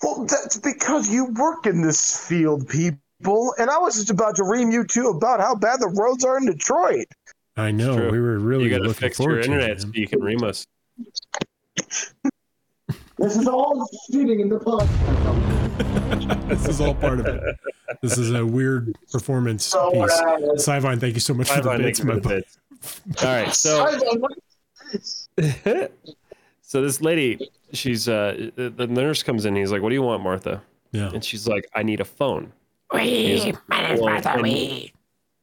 well, that's because you work in this field, people. And I was just about to ream you two about how bad the roads are in Detroit.
I know
true.
we were really
you got to
looking
fix your
forward
internet
to it.
so
man.
you can ream us.
This is all shitting in the pot.
This is all part of it. This is a weird performance
So uh,
piece.
bad.
Sivine, thank you so much for the
Five on
bits,
Nick
my
with the
bud.
bits. All right, so so this lady, she's uh, the the nurse comes in. He's like, "What do you want, Martha?"
Yeah.
And she's like, "I need a phone."
We. My name's
Well,
Martha.
and-
We.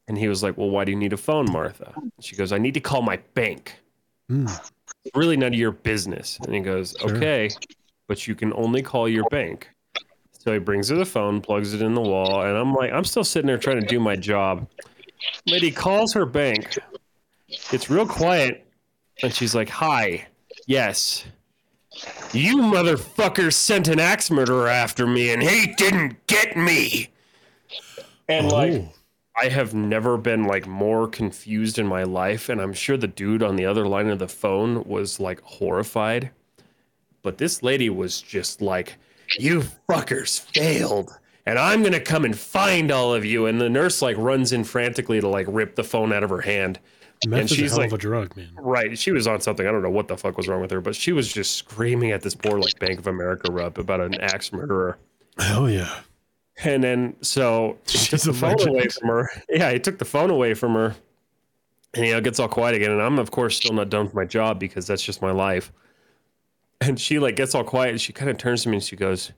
And he was like, "Well, why do you need a phone, Martha?" And she goes, "I need to call my bank.
Mm.
It's really none of your business." And he goes,
Sure.
"Okay, but you can only call your bank." So he brings her the phone, plugs it in the wall, and I'm like, I'm still sitting there trying to do my job. Lady calls her bank. It's real quiet, and she's like, "Hi, yes." You motherfucker sent an axe murderer after me and he didn't get me. And like
Ooh.
I have never been like more confused in my life, and I'm sure the dude on the other line of the phone was like horrified. But this lady was just like, "You fuckers failed." And I'm gonna come and find all of you. And the nurse like runs in frantically to like rip the phone out of her hand.
meth
and
is
she's
a hell
like,
of a drug, man.
Right. She was on something. I don't know what the fuck was wrong with her, but she was just screaming at this poor like Bank of America rep about an axe murderer.
Hell yeah.
And then so he took
She's
the
a
phone
legend.
away from her. Yeah, he took the phone away from her. And you know, it gets all quiet again. And I'm of course still not done with my job because that's just my life. And she like gets all quiet and she kind of turns to me and she goes,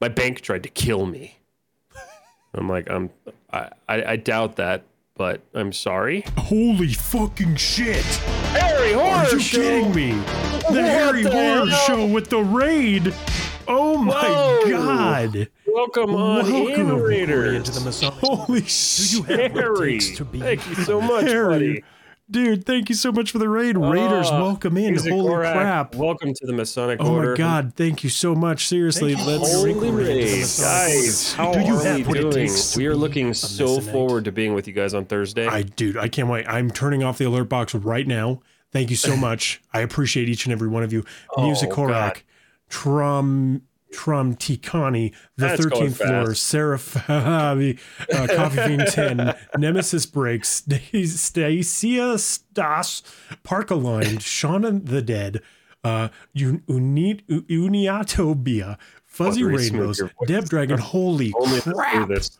My bank tried to kill me. I'm like, I'm I, I, I doubt that, but I'm sorry.
Holy fucking shit!
Harry Horror
Are you
Show!
kidding me? The Harry
the
Horror
hell?
Show with the raid. Oh my
Whoa.
god!
Welcome on
Welcome,
in,
Incorporated
Raiders.
into the Masonic.
Holy shit!
you have-
Harry,
takes to be
thank you so much, buddy.
Harry, dude, thank you so much for the raid. Raiders,
Ah,
welcome in.
Music
Holy
Korak,
crap!
Welcome to the Masonic
Oh
Order.
my god, thank you so much. Seriously,
Thank you.
let's
Holy
Holy rays, guys! How
Do you
are
have
we
what it
doing?
takes to
We are
be
looking so
Masonite?
forward to being with you guys on Thursday.
I dude, I can't wait. I'm turning off the alert box right now. Thank you so much. I appreciate each and every one of you. Music
Oh,
Korak, Trum Trum Tikani, the
That's going
13th floor,
fast.
Seraph, the uh, Coffee Fiend 10, Nemesis Breaks, Stacia Stas, Parkaline, Shauna the Dead, uh, Un- Unit- U- Uniatobia, Fuzzy
Audrey, smooth
Rainbows,
your voice.
Dev Dragon, holy
Only to do
crap.
this.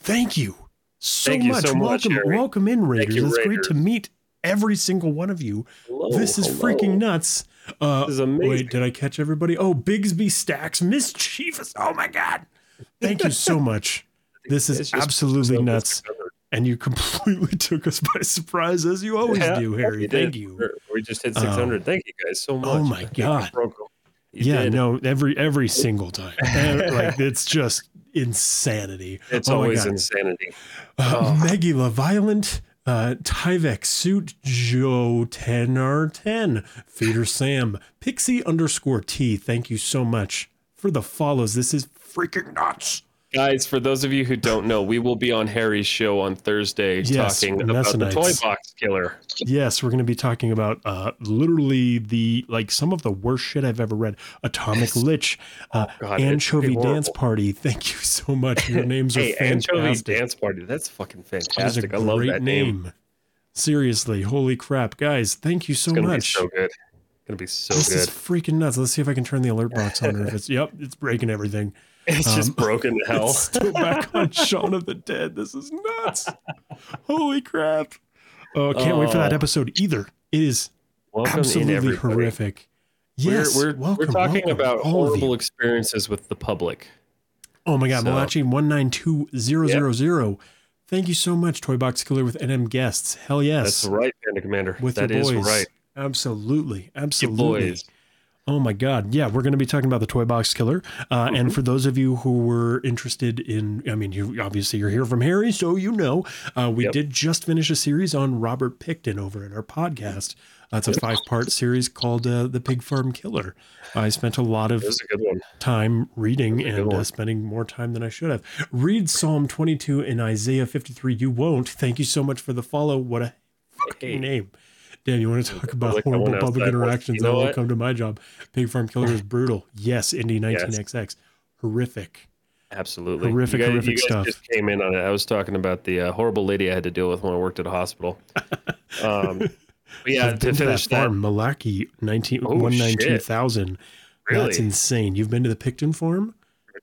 Thank you so
Thank you
much.
so much,
welcome,
Harry.
welcome in, Raiders.
you,
it's
Raiders.
great to meet every single one of you.
Hello,
this is
hello.
freaking nuts. Uh,
This is amazing.
Wait, did I catch everybody? Oh, Bigsby Stacks, mischievous. Oh my god! Thank you so much. This
It's
is
just-
absolutely
so
nuts, and you completely took us by surprise, as you always
Yeah,
do, Harry.
we
Thank
did.
you.
We're- We just hit
Um,
600. Thank you guys so much.
oh my
I think we
God.
broke 'em. You
yeah,
did.
no, every every single time, Eh, like it's just insanity.
it's
Oh my
always
God.
insanity. Oh.
Uh, Megila Violent, uh, Tyvek Suit, Joe Tenor 10, Feeder Sam, Pixie underscore T. Thank you so much for the follows. This is freaking nuts.
Guys, for those of you who don't know, we will be on Harry's show on Thursday
Yes,
talking
and
about
that's
the
nice.
toy box killer.
Yes, we're going to be talking about uh, literally the like some of the worst shit I've ever read. Atomic Lich, uh,
God, it's
Anchovy
pretty
Dance
horrible.
Party. Thank you so much. Your names are
Hey, Anchovy
fantastic.
Dance Party. That's fucking
That is a
fantastic. I
great
love that name.
name. Seriously, holy crap, guys! Thank you so
It's gonna
much.
be so good. It's gonna be so
this is
good.
freaking nuts. Let's see if I can turn the alert box on. Or if it's yep, it's breaking everything.
It's
um,
just broken to hell.
It's still back on Shaun of the Dead. This is nuts. Holy crap! Oh, can't wait for that
Oh.
episode either. It is
Welcome in
absolutely
everybody.
horrific.
We're,
Yes,
we're,
welcome,
we're talking
welcome,
about
all of you.
horrible experiences with the public.
Oh my God,
So-
Malachi one nine two zero zero zero. Thank you so much, Toy Box Killer with NM guests. Hell yes,
That's right, Panda Commander.
with
That
your
is
boys.
right.
Absolutely,
Your
absolutely.
boys.
Oh my God. Yeah, we're going to be talking about the Toy Box Killer. Uh,
Mm-hmm.
And for those of you who were interested in, I mean, you obviously you're here from Harry, so you know, uh, we
Yep.
did just finish a series on Robert Picton over at our podcast. Uh, it's a five part series called uh, The Pig Farm Killer. I spent a lot of
That was a good one.
time reading
a good
and uh,
one.
spending more time than I should have. Read Psalm 22 and Isaiah 53. You won't. Thank you so much for the follow. What a fucking
Hey.
name. Dan, you want to talk about
Like, I
horrible
wanna ask
public
that question.
interactions
You know
that will
what?
come to my job? Pig Farm Killer is brutal. Yes, Indy 19XX. Horrific.
Absolutely.
Horrific,
you guys,
horrific
you guys
stuff.
just came in on it. I was talking about the uh, horrible lady I had to deal with when I worked at a hospital. Um, but yeah,
I've
to
been to that
finish that,
farm, Malaki 19,
Oh,
192000. That's
really.
insane. You've been to the Picton farm?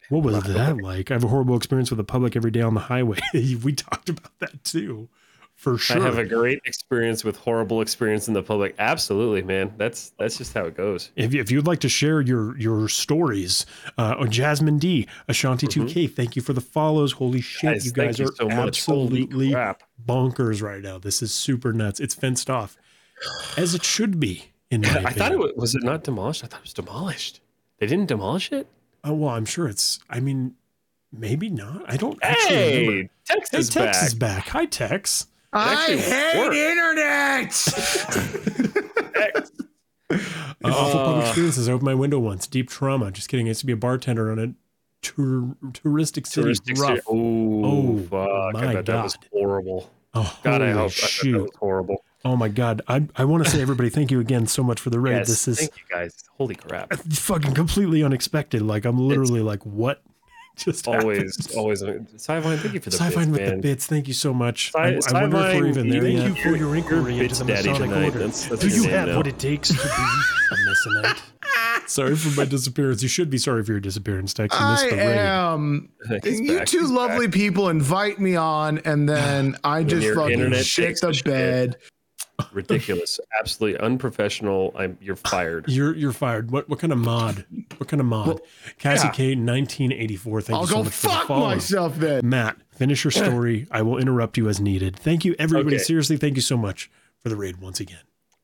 What was that like? I have a horrible experience with the public every day on the highway. we talked about that too, for sure.
I have a great experience with horrible experience in the public. Absolutely, man. That's that's just how it goes.
If, if you'd like to share your your stories, uh, oh, Jasmine D, Ashanti 2K, thank you for the follows. Holy shit,
Mm-hmm. Guys,
you
thank
guys
you
are
so much. Holy
absolutely
crap.
bonkers right now. This is super nuts. It's fenced off, as it should be. In my
I thought it
opinion.
was, was it not demolished. I thought it was demolished. They didn't demolish it.
Oh well, I'm sure it's. I mean, maybe not. I don't actually. remember.
Hey, Texas
Hey,
is
Tex
back.
is back. Hi, Tex.
I
actually
hate
worked.
internet.
Uh, awful
Uh, Oh.
public experiences. I opened my window once. Deep trauma. Just kidding. I used to be a bartender on a tour, touristic city.
Touristic
rough.
city. Oh,
Oh,
fuck.
my
I bet that was
God.
horrible.
Oh,
God, I hope
holy
I bet that
shoot.
was horrible.
Oh my God. I, I want to say everybody, thank you again so much for the raid.
Yes,
this is
thank you guys. Holy crap.
fucking completely unexpected. Like I'm literally like, what just
always,
happened?
always. Sci-fi, thank you for the
Sci-fi
bits,
with
man.
the bits. Thank you so much.
Sci-
I, I wonder if we're
Sci-fi,
even there
thank
yet.
Thank you for your
You're
inquiry into
bitch
the
daddy
Masonic
tonight.
Order.
That's, that's
Do
your
you
name
have
now.
what it takes to be a Masonite?
Sorry for my disappearance. You should be sorry for your disappearance, Tex. You missed
I
the raid.
am.
He's
you
back,
two
he's
lovely people invite me on, and then I just
your
fucking
internet
shit
takes
the
the shit.
bed.
back. Ridiculous. Absolutely unprofessional. I'm. You're fired.
You're you're fired. What what kind of mod? What kind of mod?
Well,
Cassie
yeah.
K, 1984. Thank
I'll
you so
go
much for the
fuck
follow.
myself then.
Matt, finish your story. I will interrupt you as needed. Thank you, everybody.
Okay.
Seriously, thank you so much for the raid once again.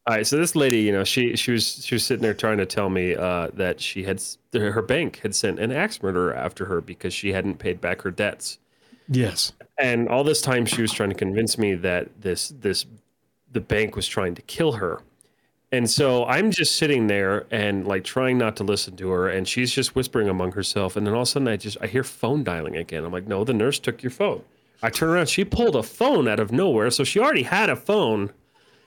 All right, so this lady, you know, she she was she was sitting there trying to tell me uh, that she had s- her bank had sent an axe murderer after her because she hadn't paid back her debts,
Yes.
and all this time she was trying to convince me that this this the bank was trying to kill her, and so I'm just sitting there and like trying not to listen to her, and she's just whispering among herself, and then all of a sudden I just I hear phone dialing again. I'm like, no, the nurse took your phone. I turn around, she pulled a phone out of nowhere, so she already had a phone.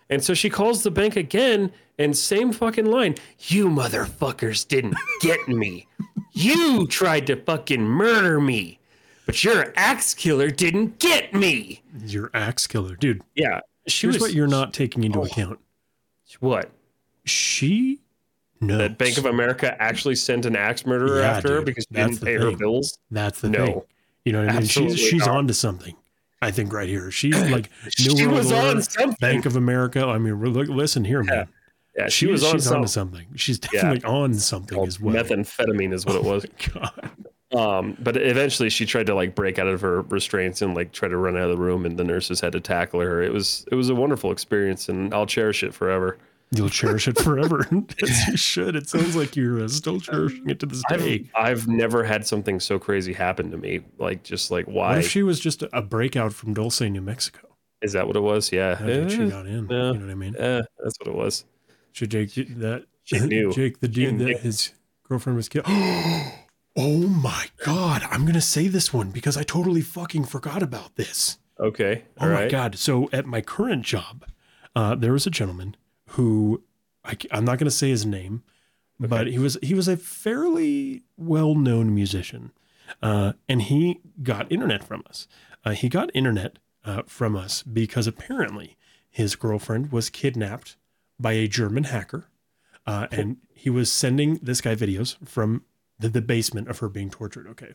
And so she calls the bank again, and same fucking line. You motherfuckers didn't get me. You tried to fucking murder me, but your axe killer didn't get me.
Your axe killer. Dude,
Yeah, she
here's
was Oh.
what you're not taking into account.
what
She knows.
that Bank of America actually sent an axe murderer
Oh, Yeah,
after her
dude,
because she
that's
didn't
the
pay her
thing.
bills.
That's the
No.
thing. You know what I mean? She's
Absolutely
she's
not.
onto something. I think right here. She like New
she
World
was
Order,
on something.
Bank of America. I mean, re- look, listen here, man.
yeah, she,
She,
was on
she's
something.
onto something. She's definitely on something
called
as well.
Methamphetamine is what it was.
God.
Um, but eventually she tried to like break out of her restraints and like try to run out of the room and the nurses had to tackle her. It was it was a wonderful experience and I'll cherish it forever.
You'll cherish it forever. As you should. It sounds like you're uh, still cherishing it to this day.
I've, I've never had something so crazy happen to me. Like just like
What
why
if she was just a breakout from Dulce, New Mexico?
is that what it was? Yeah.
How did she
Eh,
got in?
yeah.
You know what I mean?
eh, that's what it was.
Should Jake that Uh-huh.
she knew.
Jake the
She
dude
knew.
that his girlfriend was killed? oh my god! I'm gonna say this one because I totally fucking forgot about this.
Okay.
oh
all
my
right.
god! So at my current job, uh, there was a gentleman who I, am not gonna say his name, but he was he was a fairly well known musician, uh, and he got internet from us. Uh, he got internet uh, from us because apparently his girlfriend was kidnapped by a German hacker, uh, and he was sending this guy videos from the, the basement of her being tortured. Okay,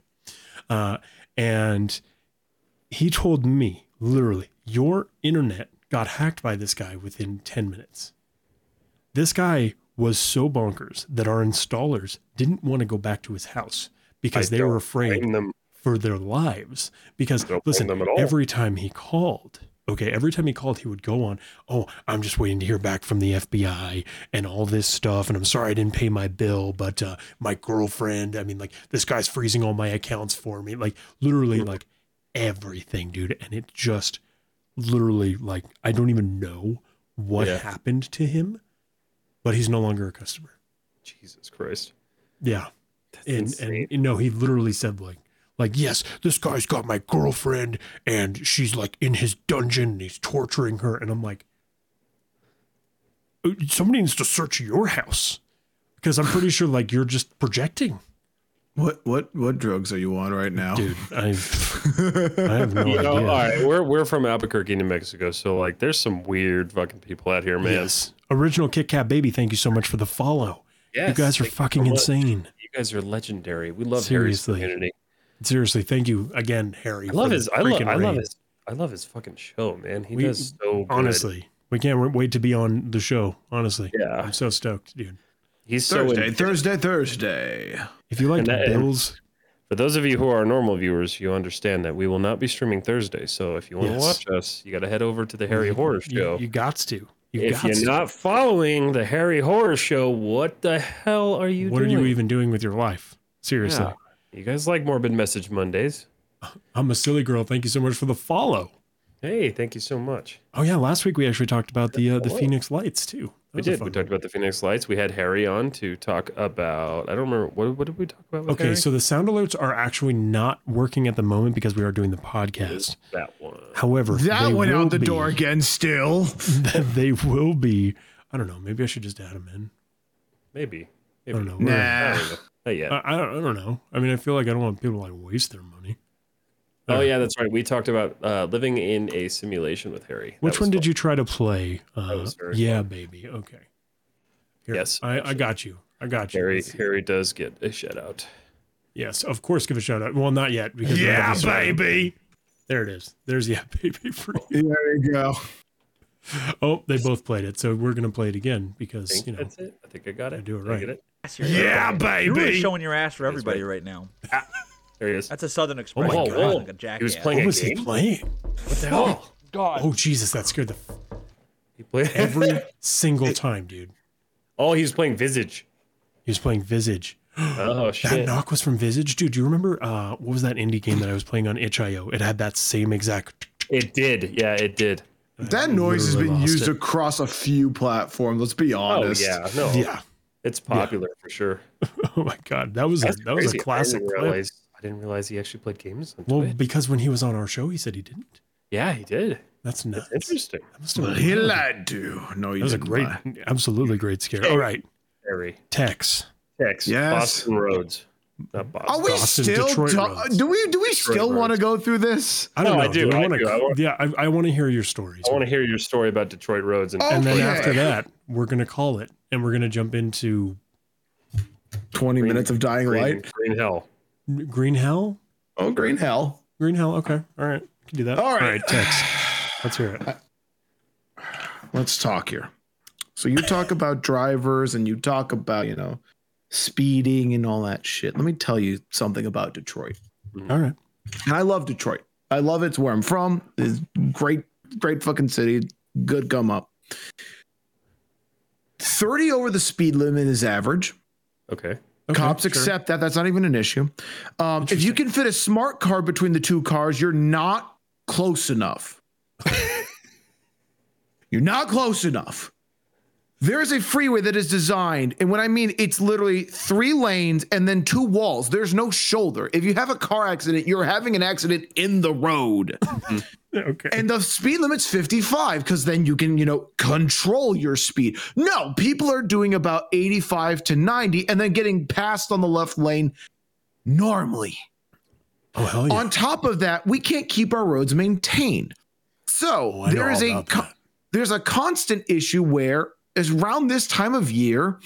uh, and he told me literally, your internet got hacked by this guy within ten minutes. This guy was so bonkers that our installers didn't want to go back to his house because
I
they were
don't
afraid
Blame them.
for their lives because
Don't blame
listen
them at all.
every time he called okay every time he called he would go on oh i'm just waiting to hear back from the fbi and all this stuff and i'm sorry i didn't pay my bill but uh, my girlfriend i mean like this guy's freezing all my accounts for me like literally
Hmm.
like everything dude and it just literally like i don't even know what
Yeah.
happened to him but he's no longer a customer
Jesus Christ.
yeah. And,
insane.
and and no, he literally said like like yes, this guy's got my girlfriend and she's like in his dungeon and he's torturing her and I'm like "Uh, somebody needs to search your house because I'm pretty sure like you're just projecting.
What what what drugs are you on right now?
Dude, I've I have no
You know, all
idea.
right, we're we're from Albuquerque, New Mexico, so like there's some weird fucking people out here, man.
Yes. Original Kit Kat baby, thank you so much for the follow. you
Yes,
guys are
thank you so
fucking
much.
insane.
You guys are legendary. We love Harry's
Seriously.
community.
Seriously, thank you again, Harry.
I
for
love
the
his. I love.
freaking
I love
raid.
his. I love his fucking show, man. He
We-
does so good.
Honestly, we can't wait to be on the show. Honestly,
Yeah.
I'm so stoked, dude.
He's so.
Thursday,
in-
Thursday, Thursday.
If you like
And that- and-
Bills,
For those of you who are normal viewers, you understand that we will not be streaming Thursday. So if you want
Yes.
to watch us, you got to head over to the Harry Horror Show.
you, you got to. You
if
got
you're
to.
not following the Harry Horror Show, what the hell are you
what
doing?
are you even doing with your life? Seriously,
Yeah. You guys like Morbid Message Mondays?
I'm a silly girl. Thank you so much for the follow.
Hey, thank you so much.
Oh yeah, last week we actually talked about the uh, the
Hello.
Phoenix Lights too.
We
was a
did. We
fun
talked about the Phoenix Lights. We had Harry on to talk about. I don't remember what. What did we talk about? With
Okay,
Harry?
so the sound alerts are actually not working at the moment because we are doing the podcast.
that one.
However,
That
they
went
will
out the
be-
door again. Still,
they will be. I don't know. Maybe I should just add them in.
Maybe.
I
Maybe.
don't know.
Nah.
I don't know. Not yet.
I, I don't, I don't know. I mean, I feel like I don't want people to like waste their money.
oh
uh.
yeah, that's right. We talked about uh, living in a simulation with Harry. That
Which
was
one did
fun.
you try to play? Uh,
was very
yeah, baby. Okay. Here,
Yes,
I, I got you. I got you.
Harry
Let's-
Harry does get a shout out.
Yes, of course. Give a shout out. Well, not yet because we
yeah,
haven't started.
baby.
There it is. There's yeah, baby. For you.
There you go.
Oh, they both played it, so we're gonna play it again because
think
you know
that's it. I think I got it.
I do it
Did
right.
get it?
Yeah,
You're really
baby.
showing your ass for everybody right now.
There he is.
That's a southern
my
expression.
God.
You're Like a jackass.
He was playing
what
a
was
game.
he playing?
What the hell?
Oh Jesus, that scared the f-
He played
every single time, dude.
Oh, he was playing Visage.
He was playing Visage.
Oh
That
shit.
knock was from Visage, dude. Do you remember uh, what was that indie game that I was playing on itch.io? It had that same exact.
It did. Yeah, it did.
That noise has
literally
been
lost
used
it.
across a few platforms. Let's be
Oh
honest.
yeah. No.
Yeah.
It's popular for sure.
Oh my god, that was a,
That's
that was a
crazy. I
classic.
didn't,
clip.
realize, I didn't realize he actually played games. on
Well,
Twitch.
because when he was on our show, he said he didn't.
yeah, he did.
That's nuts.
That's interesting.
That must have
But
been
he
really-
lied to. No, you
That was a great, absolutely great scare. All right,
Harry.
Tex.
Tex.
Yes.
Boston Roads. Not Boston.
Are we
Boston,
still?
Detroit
ta-
roads.
do we do we still
roads.
want to go through this?
I don't
No,
know.
I do,
we
I
wanna-
do. I want-
yeah, I, I want to hear your stories.
I want to hear your story about Detroit roads
Oh,
and
and then
Okay.
after that, we're gonna call it, and we're gonna jump into
Twenty minutes of dying
green,
light.
green hell.
Green Hell.
Oh, green hell.
Green Hell. Okay. All right. Can do that.
All right.
Tex. Let's hear it.
Let's talk here. So you talk about drivers and you talk about you know speeding and all that shit. Let me tell you something about Detroit.
All right.
and I love Detroit. I love it. it's where I'm from. It's great, great fucking city. Good gum up. 30 over the speed limit is average.
Okay.
Okay,
Cops
sure.
accept that. That's not even an issue. Um, if you can fit a smart car between the two cars, you're not close enough. you're not close enough. There is a freeway that is designed, and when I mean it's literally three lanes and then two walls. There's no shoulder. If you have a car accident, you're having an accident in the road.
Okay.
And the speed limit's 55 because then you can, you know, control your speed. No, people are doing about 85 to 90 and then getting passed on the left lane normally.
Oh hell yeah.
On top of that, we can't keep our roads maintained. So
Oh, I know
there is
all
a
about
co-
that.
there's a constant issue where is around this time of year.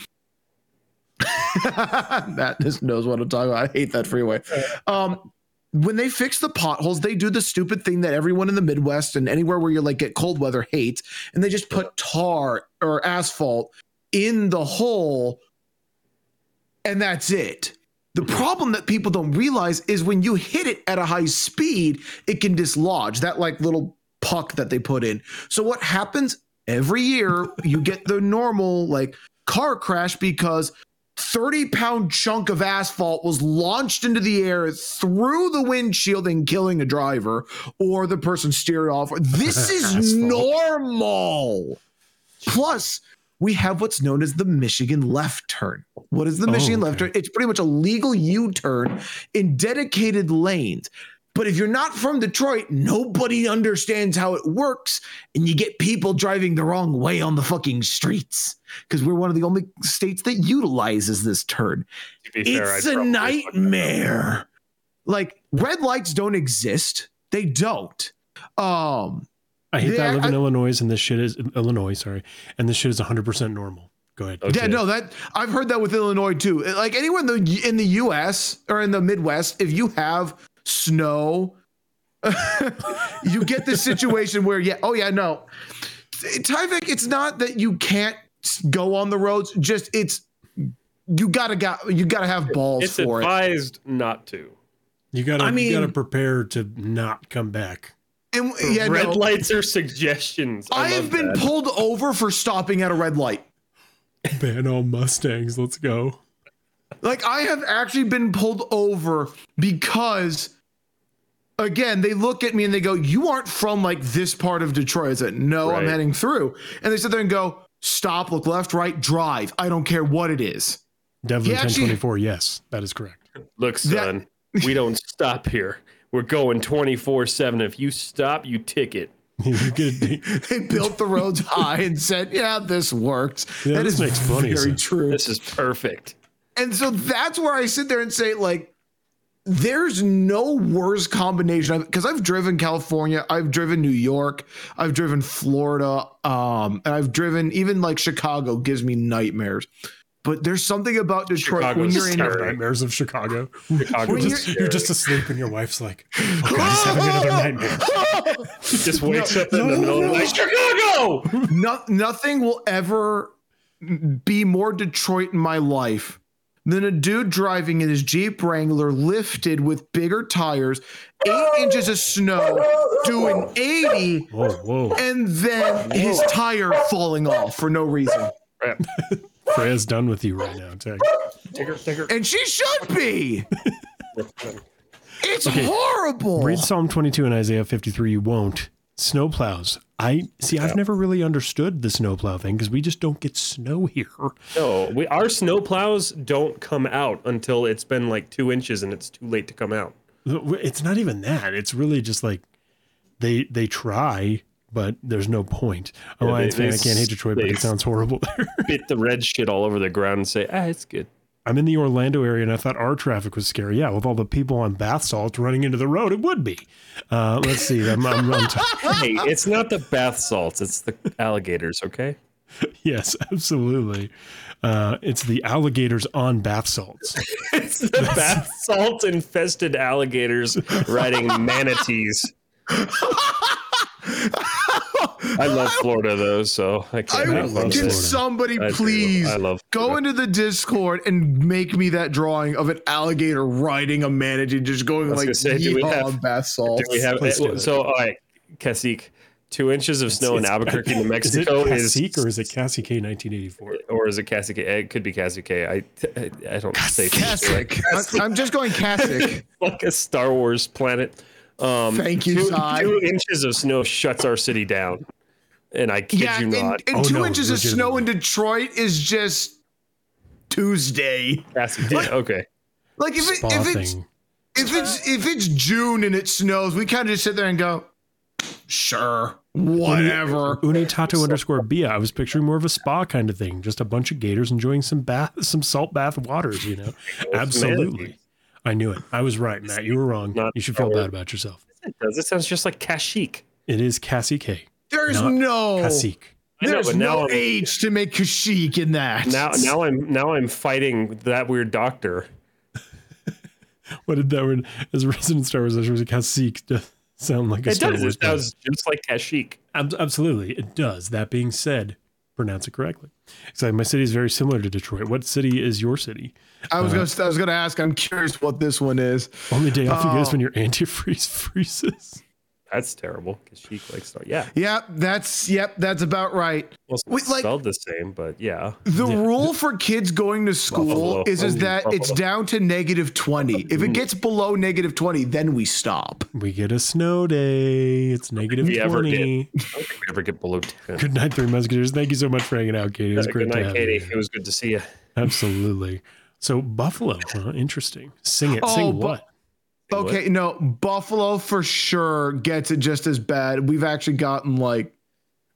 Matt just knows what I'm talking about. I hate that freeway. Um, when they fix the potholes, they do the stupid thing that everyone in the Midwest and anywhere where you like get cold weather hates, and they just put tar or asphalt in the hole, and that's it. The problem that people don't realize is when you hit it at a high speed, it can dislodge that like little puck that they put in. So what happens every year, you get the normal like car crash because 30 pound chunk of asphalt was launched into the air through the windshield and killing a driver or the person steered off. This is
Asphalt.
normal. Plus, we have what's known as the Michigan left turn. What is the
Oh,
Michigan left
okay.
turn? It's pretty much a legal U turn in dedicated lanes. But if you're not from Detroit, nobody understands how it works, and you get people driving the wrong way on the fucking streets because we're one of the only states that utilizes this turn
To be fair,
it's
I'd
a
probably-
nightmare. Like red lights don't exist. They don't. Um,
I hate that I
Yeah,
live in
I-
Illinois and this shit is Illinois, sorry, and this shit is 100% normal. Go ahead.
Okay.
yeah, no, that I've heard that with Illinois too. Like anywhere in the in the U.S. or in the Midwest, if you have snow, you get this situation where yeah, oh yeah, no, Tyvek. It's not that you can't s- go on the roads. Just it's you gotta got you gotta have balls
It's
for it.
advised not to.
You gotta,
I
you gotta
mean-
prepare to not come back.
And, yeah,
Red
no.
lights are suggestions. I
I've
love
been
that.
pulled over for stopping at a red light.
Ban all Mustangs. Let's go.
Like I have actually been pulled over because again, they look at me and they go, You aren't from like this part of Detroit. I said, No, I'm
Right.
heading through. And they sit there and go, stop, look left, right, drive. I don't care what it is.
Devlin
He actually-
1024. Yes, that is correct.
Look, son, we don't stop here. We're going 24 7. If you stop, you ticket.
you get a,
They built the roads high and said, "Yeah, this works."
Yeah,
that
this
is
makes plenty of
very
sense.
true.
This is perfect.
And so that's where I sit there and say, like, there's no worse combination because I've driven California, I've driven New York, I've driven Florida, um, and I've driven even like Chicago gives me nightmares. But there's something about Detroit when
Chicago's
you're in
terrible.
nightmares of Chicago.
Chicago
You're
When
is
just,
scary.
you're just asleep, and your wife's like, "Oh God, he's having another nightmare."
just wakes up in the middle of the night. Chicago!
no, nothing will ever be more Detroit in my life than a dude driving in his Jeep Wrangler lifted with bigger tires, eight inches of snow, doing 80,
Whoa, whoa!
and then his tire falling off for no reason.
Freya's done with you right now, Tech.
And she should be. It's horrible.
Read Psalm 22 and Isaiah 53. You won't. Snowplows. I see. I've never really understood the snowplow thing because we just don't get snow here.
No, we, our snow plows don't come out until it's been like two inches and it's too late to come out.
It's not even that. It's really just like they they try, but there's no point. Oh,
they-
Lions fan,
they
I can't hate Detroit, but it
s-
sounds horrible there.
Bit the red shit all over the ground and say, ah, it's good.
I'm in the Orlando area and I thought our traffic was scary. Yeah, with all the people on bath salt running into the road, it would be. Uh, let's see. I'm, I'm, I'm t-
Hey, it's not the bath salts, it's the alligators, okay?
yes, absolutely. Uh, it's the alligators on bath salts.
It's the bath salt infested alligators riding manatees. I love Florida though, so I
I,
can't help but
Florida.
can
say-
somebody
I do.
please
I love
go
Florida.
into the Discord and make me that drawing of an alligator riding a manatee, just going
was
like
gonna say, do we
yeehaw
have-
bath salts.
Do we have
Please do it.
so all right, Cacique, two inches of snow
It's-
in Albuquerque, New
Is it
Mexico is,
Cacique or is it Cassie K 1984?
or is it Cacique? It could be Cacique. I I, I don't say
Cassock. I- I'm just going Cassock.
like a Star Wars planet. Um,
Thank you,
two,
Zai.
two inches of snow shuts our city down, and I kid
Yeah,
you
and,
not,
and
Oh,
two
no,
inches of snow in Detroit is just Tuesday.
Cacique. Okay,
Like if it,
Spa
if it's
thing.
if it's if it's June and it snows, we kind of just sit there and go, sure, whatever.
Unitato underscore Bia. I was picturing more of a spa kind of thing, just a bunch of gators enjoying some bath, some salt bath waters. You know, absolutely. I knew it. I was right, Matt. You were wrong.
Not
You should feel
Star Wars.
bad about yourself.
it does. It sounds just like Cacique.
It is Cassie K.
There's
Not
no
Cacique.
I know,
there's
but now
no
I'm-
H to make Kashik in that.
Now, now I'm now I'm fighting that weird doctor.
What did that word as a resident Star Wars expert? Cacique does sound like a
It
Star
does.
Wars
It sounds just like Cacique.
Ab- absolutely, it does. That being said, pronounce it correctly. It's like my city is very similar to Detroit. What city is your city?
I was gonna I was gonna ask. I'm curious what this one is.
Only day off you get is
Oh.
when your antifreeze freezes.
That's terrible. Cacique like Star. Yeah,
Yep, that's yep, that's about right.
well, it's
Wait, like-
spelled the same, but yeah.
The rule for kids going to school
Buffalo.
is is that it's
Buffalo.
down to negative 20.
Mm.
If it gets below negative 20, then we stop.
We get a snow day. It's negative
We ever
twenty.
I don't think we ever get below ten.
Good night, three musketeers. Thank you so much for hanging out, Katie. It was great
Good
to
night,
have
Katie.
you.
It was good to see you.
Absolutely. So Buffalo, huh? Interesting. Sing it.
Oh,
Sing
Bu-
what?
What?
Okay, no, Buffalo for sure gets it just as bad. We've actually gotten like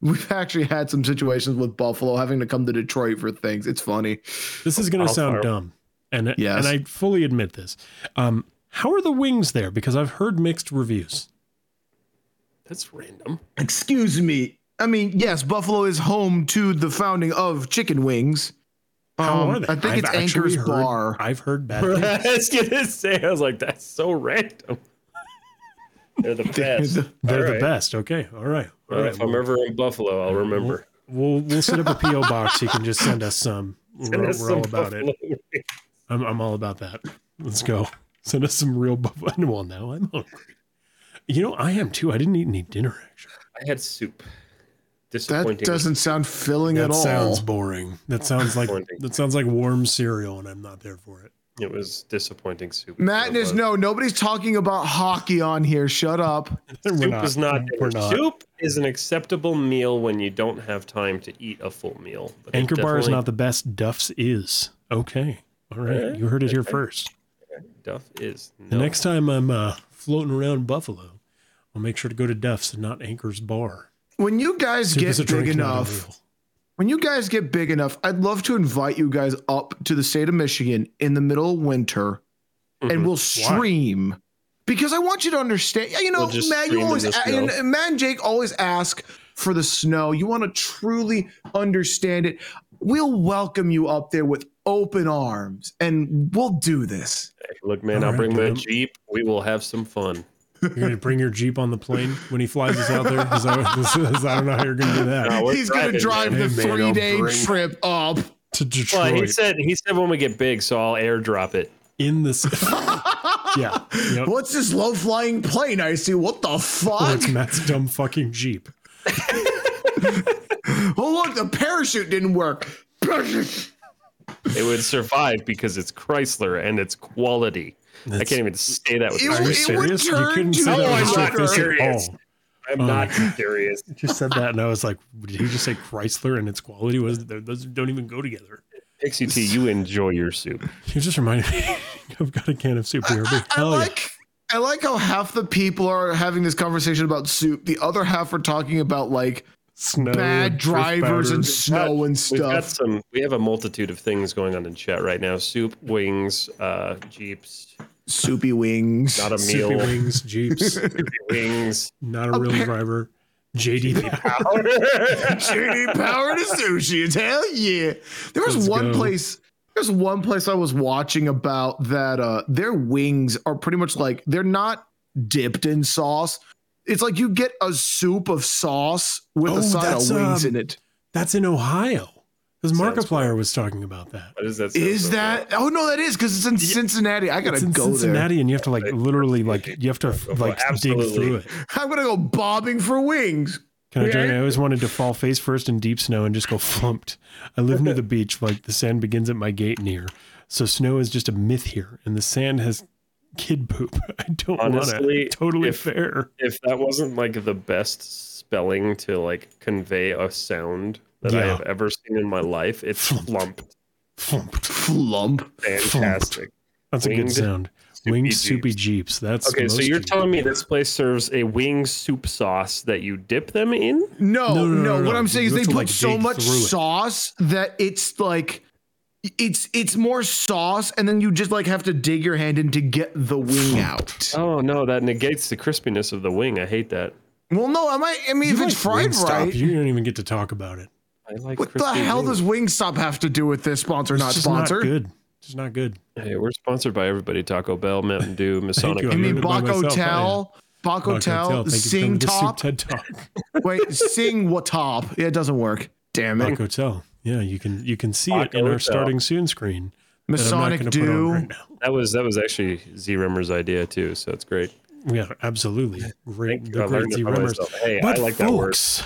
we've actually had some situations with Buffalo having to come to Detroit for things. It's funny.
This is going to
I'll
sound
fire-
dumb, and
Yes.
and I fully admit this. Um, how are the wings there? Because I've heard mixed reviews.
That's random.
Excuse me. I mean, yes, Buffalo is home to the founding of chicken wings.
How
Um,
are they?
I think
I've
it's
actually
Anchor's
heard-
Bar.
I've heard bad. things.
I was gonna say, I was like, that's so random. They're the best.
They're
All
the
right.
best. Okay. All right. All
Well,
right.
if I'm ever in Buffalo, I'll remember.
We'll we'll set up a PO box. You can just send us some. we're
That's
we're
some
all about it.
Buffalo-
I'm I'm all about that. Let's go. Send us some real buffalo. Well, now I'm hungry. You know I am too. I didn't eat any dinner actually.
I had soup. Disappointing.
That doesn't sound filling
That
at all.
sounds boring. That sounds like
Disappointing.
that sounds like warm cereal, and I'm not there for it.
It was disappointing soup.
Madness,
It was-
no, nobody's talking about hockey on here. Shut up.
We're
Soup
not-
is not,
We're not.
Soup is an acceptable meal when you don't have time to eat a full meal. But it
Anchor bar is
definitely-
not the best. Duff's is. Okay. All right. You heard it here first.
Duff is. No.
The next time I'm uh, floating around Buffalo, I'll make sure to go to Duff's and not Anchor's Bar.
When you guys
Soup
get
is a
big
drink, not a
enough,
meal.
when you guys get big enough, I'd love to invite you guys up to the state of Michigan in the middle of winter and
Mhm.
we'll stream. Because I want you to understand, you know,
We'll just
Matt, you
stream in
always,
the
a-
snow.
and Matt and Jake always ask for the snow. You want to truly understand it. We'll welcome you up there with open arms and we'll do this.
Look, man, I'll
All right,
bring my
Adam.
Jeep. We will have some fun.
You're going to bring your Jeep on the plane when he flies us out there? Is that, is, is, I don't know how you're going to do that.
No, we're
He's going to
driving, man.
drive the
Hey, man,
three day
I'll bring-
trip up.
To Detroit.
Well, he said he said when we get big, so I'll airdrop it.
in the. s- yeah. Yep.
What's this low flying plane I see? What the
Oh,
fuck?
it's Matt's dumb fucking Jeep.
Oh, look, the parachute didn't work.
It would survive because it's Chrysler and it's quality. I
That's-
can't even say that with
It
Are you
would
confidence.
serious? You
turn
couldn't
to
say that was
hotter.
sarcastic at all.
I'm not serious.
You just said that, and I was like, "Did he just say Chrysler and its quality was there? Those don't even go together."
Pixie E T, you enjoy your soup.
You just reminded me. I've got a can of soup here.
I, I like I like how half the people are having this conversation about soup. The other half are talking about like
snow,
bad
drift
drivers and
powder.
snow and
We've got
stuff.
some. We have a multitude of things going on in chat right now: soup, wings, uh, jeeps,
Soupy wings.
not a
soupy
meal,
wings, jeeps,
wings.
not a real
Appar-
driver. JD,
JD Power to sushi. Hell yeah. There was
Let's
one
go.
place. There's one place I was watching about that uh their wings are pretty much like they're not dipped in sauce. It's like you get a soup of sauce with
Oh,
a side of
that's,
wings
um,
in it.
that's in Ohio. Because
Sounds
Markiplier was talking about that.
What is that? sound
Is
so
that? Oh no, that is because it's in Cincinnati. I gotta
It's in
go
Cincinnati, and you have to like
Right.
literally like you have to like dig
absolutely.
through it.
there. I'm gonna go bobbing for wings.
Can I join?
Yeah.
I always wanted to fall face first in deep snow and just go flumped. I live near the beach, like the sand begins at my gate near. So snow is just a myth here, and the sand has kid poop. I don't want
Honestly,
it. Totally
if-
fair.
If that wasn't like the best spelling to like convey a sound that I
Yeah.
have ever seen in my life, it's flump.
Flumped.
Flump.
Fantastic.
That's a
Winged
good sound. Winged
jeeps.
soupy jeeps. That's
Okay, so
most
you're
jeeps.
telling me this place serves a wing soup sauce that you dip them in?
No,
No, no,
no, no, no,
What
no.
I'm saying
You
is they
have
put
to, like,
so
dig
much
through it.
sauce that it's like it's it's more sauce, and then you just like have to dig your hand in to get the wing out.
Oh no, that negates the crispiness of the wing. I hate that.
Well, no, I might. I mean,
You
if
like
it's fried
Wingstop,
right.
you don't even get to talk about it.
I like
what the
crispy
hell
wings.
does Wingstop have to do with this? Sponsor,
It's
not
just
sponsor.
Not good. Just not good.
Hey, we're sponsored by everybody: Taco Bell, Mountain Dew, Masonic.
you,
I mean,
I'm by myself,
Bacotel, Bacotel,
Thank you for coming
Sing
to Soup
Top.
TED Talk.
Wait, sing what top? Yeah, it doesn't work. Damn it.
Bacotel. Yeah, you can you can see it in
Bacotel.
our starting soon screen. that I'm not
Masonic
gonna put on
do.
right now.
That was that was actually Z Rimmer's idea too, so it's great.
Yeah, absolutely. Great,
Thank you.
the
I
great
learned
Z
it by
Rimmers.
myself. Hey,
But
I like that word.
folks,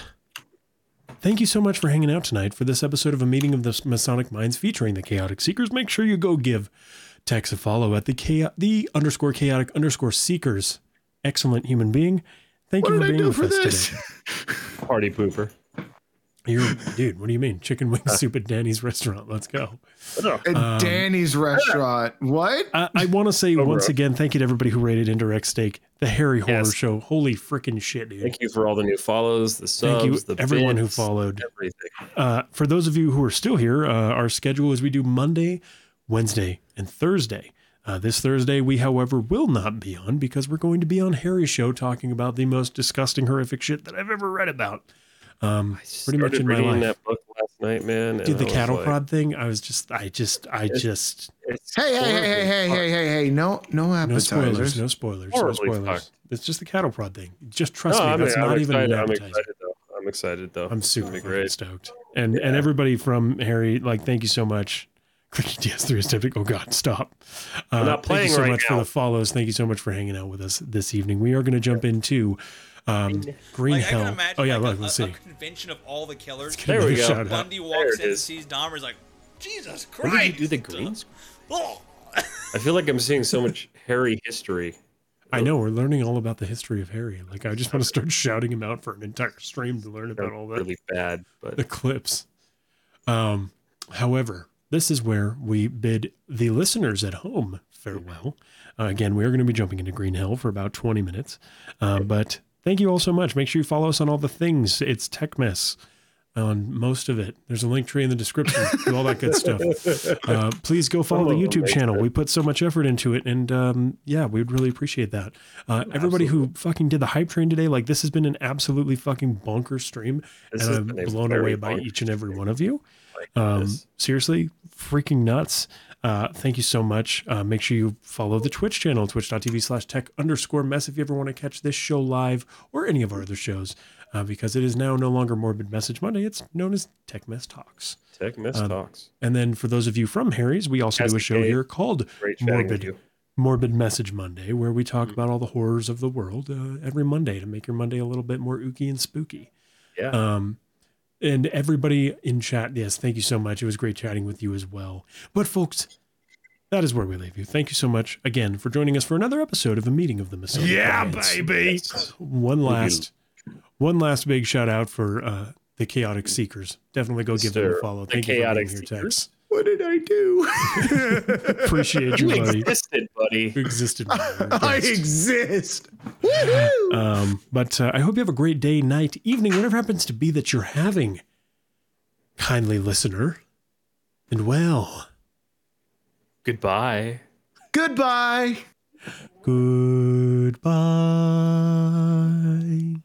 thank you so much for hanging out tonight for this episode of A Meeting of the Masonic Minds featuring the Chaotic Seekers. Make sure you go give Tex a follow at the cha- the underscore chaotic underscore seekers. Excellent human being. Thank you
What
for
did
being
I do
with
for
us
this?
today.
Party pooper.
You're, dude, what do you mean? Chicken wing soup at Danny's restaurant. Let's go.
At
Um,
Danny's restaurant. What?
I, I want to say
Over.
once again, thank you to everybody who rated Indirect Steak, the Harry Horror
Yes.
Show. Holy freaking shit, dude.
Thank you for all the new follows, the subs,
Thank you,
the
everyone who
bits,
followed.
everything.
Uh, for those of you who are still here, uh, our schedule is we do Monday, Wednesday, and Thursday. Uh, this Thursday, we, however, will not be on because we're going to be on Harry's show talking about the most disgusting, horrific shit that I've ever read about. Um, pretty much
Started
in my
reading
life.
that book last night, man. and
Did the
I was
cattle
like,
prod thing? I was just, I just, I just,
it's
Hey, hey, hey,
horribly
hey, hey,
fucked.
hey, hey, hey. No, no
no
appetizers.
spoilers, no spoilers, no
Horribly
spoilers.
fucked.
It's just the cattle prod thing. Just
No,
trust me,
I'm,
that's
I'm
not even
excited.
an
I'm
appetizer.
excited though. I'm excited though.
I'm
It's
super
gonna be
fucking
great.
stoked. And and everybody from Harry, like, thank you so much. Cricket DS3 is typical. Oh God, stop. Uh,
not playing
thank you so
right
much for
now.
the follows. Thank you so much for hanging out with us this evening. We are going to jump into um, Green
Like, I
Hell.
can imagine
oh yeah,
like,
look,
a,
let's
a,
see.
a convention of all the killers.
Get
There we
another
go.
shout out.
Bundy
There
walks
it
in,
is.
sees Dahmer's like, Jesus Christ.
What did you do the greens?
Oh,
I feel like I'm seeing so much hairy history.
I know we're learning all about the history of Harry. Like I just want to start shouting him out for an entire stream to learn
They're
about all that
really bad,
the
but
clips. Um, however, this is where we bid the listeners at home farewell. Uh, again, we are going to be jumping into Green Hill for about 20 minutes. Uh, but thank you all so much. Make sure you follow us on all the things. It's Tech Mess on most of it. There's a link tree in the description. Do all that good stuff. Uh, please go
Oh,
follow the YouTube channel. We put so much effort into it, and um, yeah, we'd really appreciate that. Uh, everybody who fucking did the hype train today, like this has been an absolutely fucking bonker stream,
This has
and
been a
I'm blown
very
away by
bonkers
each and every one of you.
like
Um,
this.
seriously, freaking nuts. Uh, thank you so much. Uh, make sure you follow the Twitch channel, twitch.tv slash tech underscore mess, if you ever want to catch this show live or any of our other shows, uh, because it is now no longer Morbid Message Monday. It's known as Tech Mess Talks.
Tech Miss
um,
Talks.
And then for those of you from Harry's, we also do a show
SDK.
here called
Great chatting with
Morbid
you.
Morbid Message Monday, where we
Mm.
talk about all the horrors of the world uh, every Monday to make your Monday a little bit more ooky and spooky.
Yeah.
Um, and everybody in chat, yes, thank you so much. It was great chatting with you as well. But folks, that is where we leave you. Thank you so much again for joining us for another episode of a meeting of the Masonic
Yeah,
Alliance.
baby.
One last, one last big shout out for uh, the Chaotic Seekers. Definitely go give them
Sir,
a follow.
the
Thank you for
Chaotic
being here,
Seekers.
Tex.
What did I do?
Appreciate you,
You
buddy.
existed, buddy.
Who existed?
I exist.
Uh,
Woohoo!
Um, but uh, I hope you have a great day, night, evening, whatever happens to be that you're having, kindly listener. And well,
Goodbye.
Goodbye.
goodbye.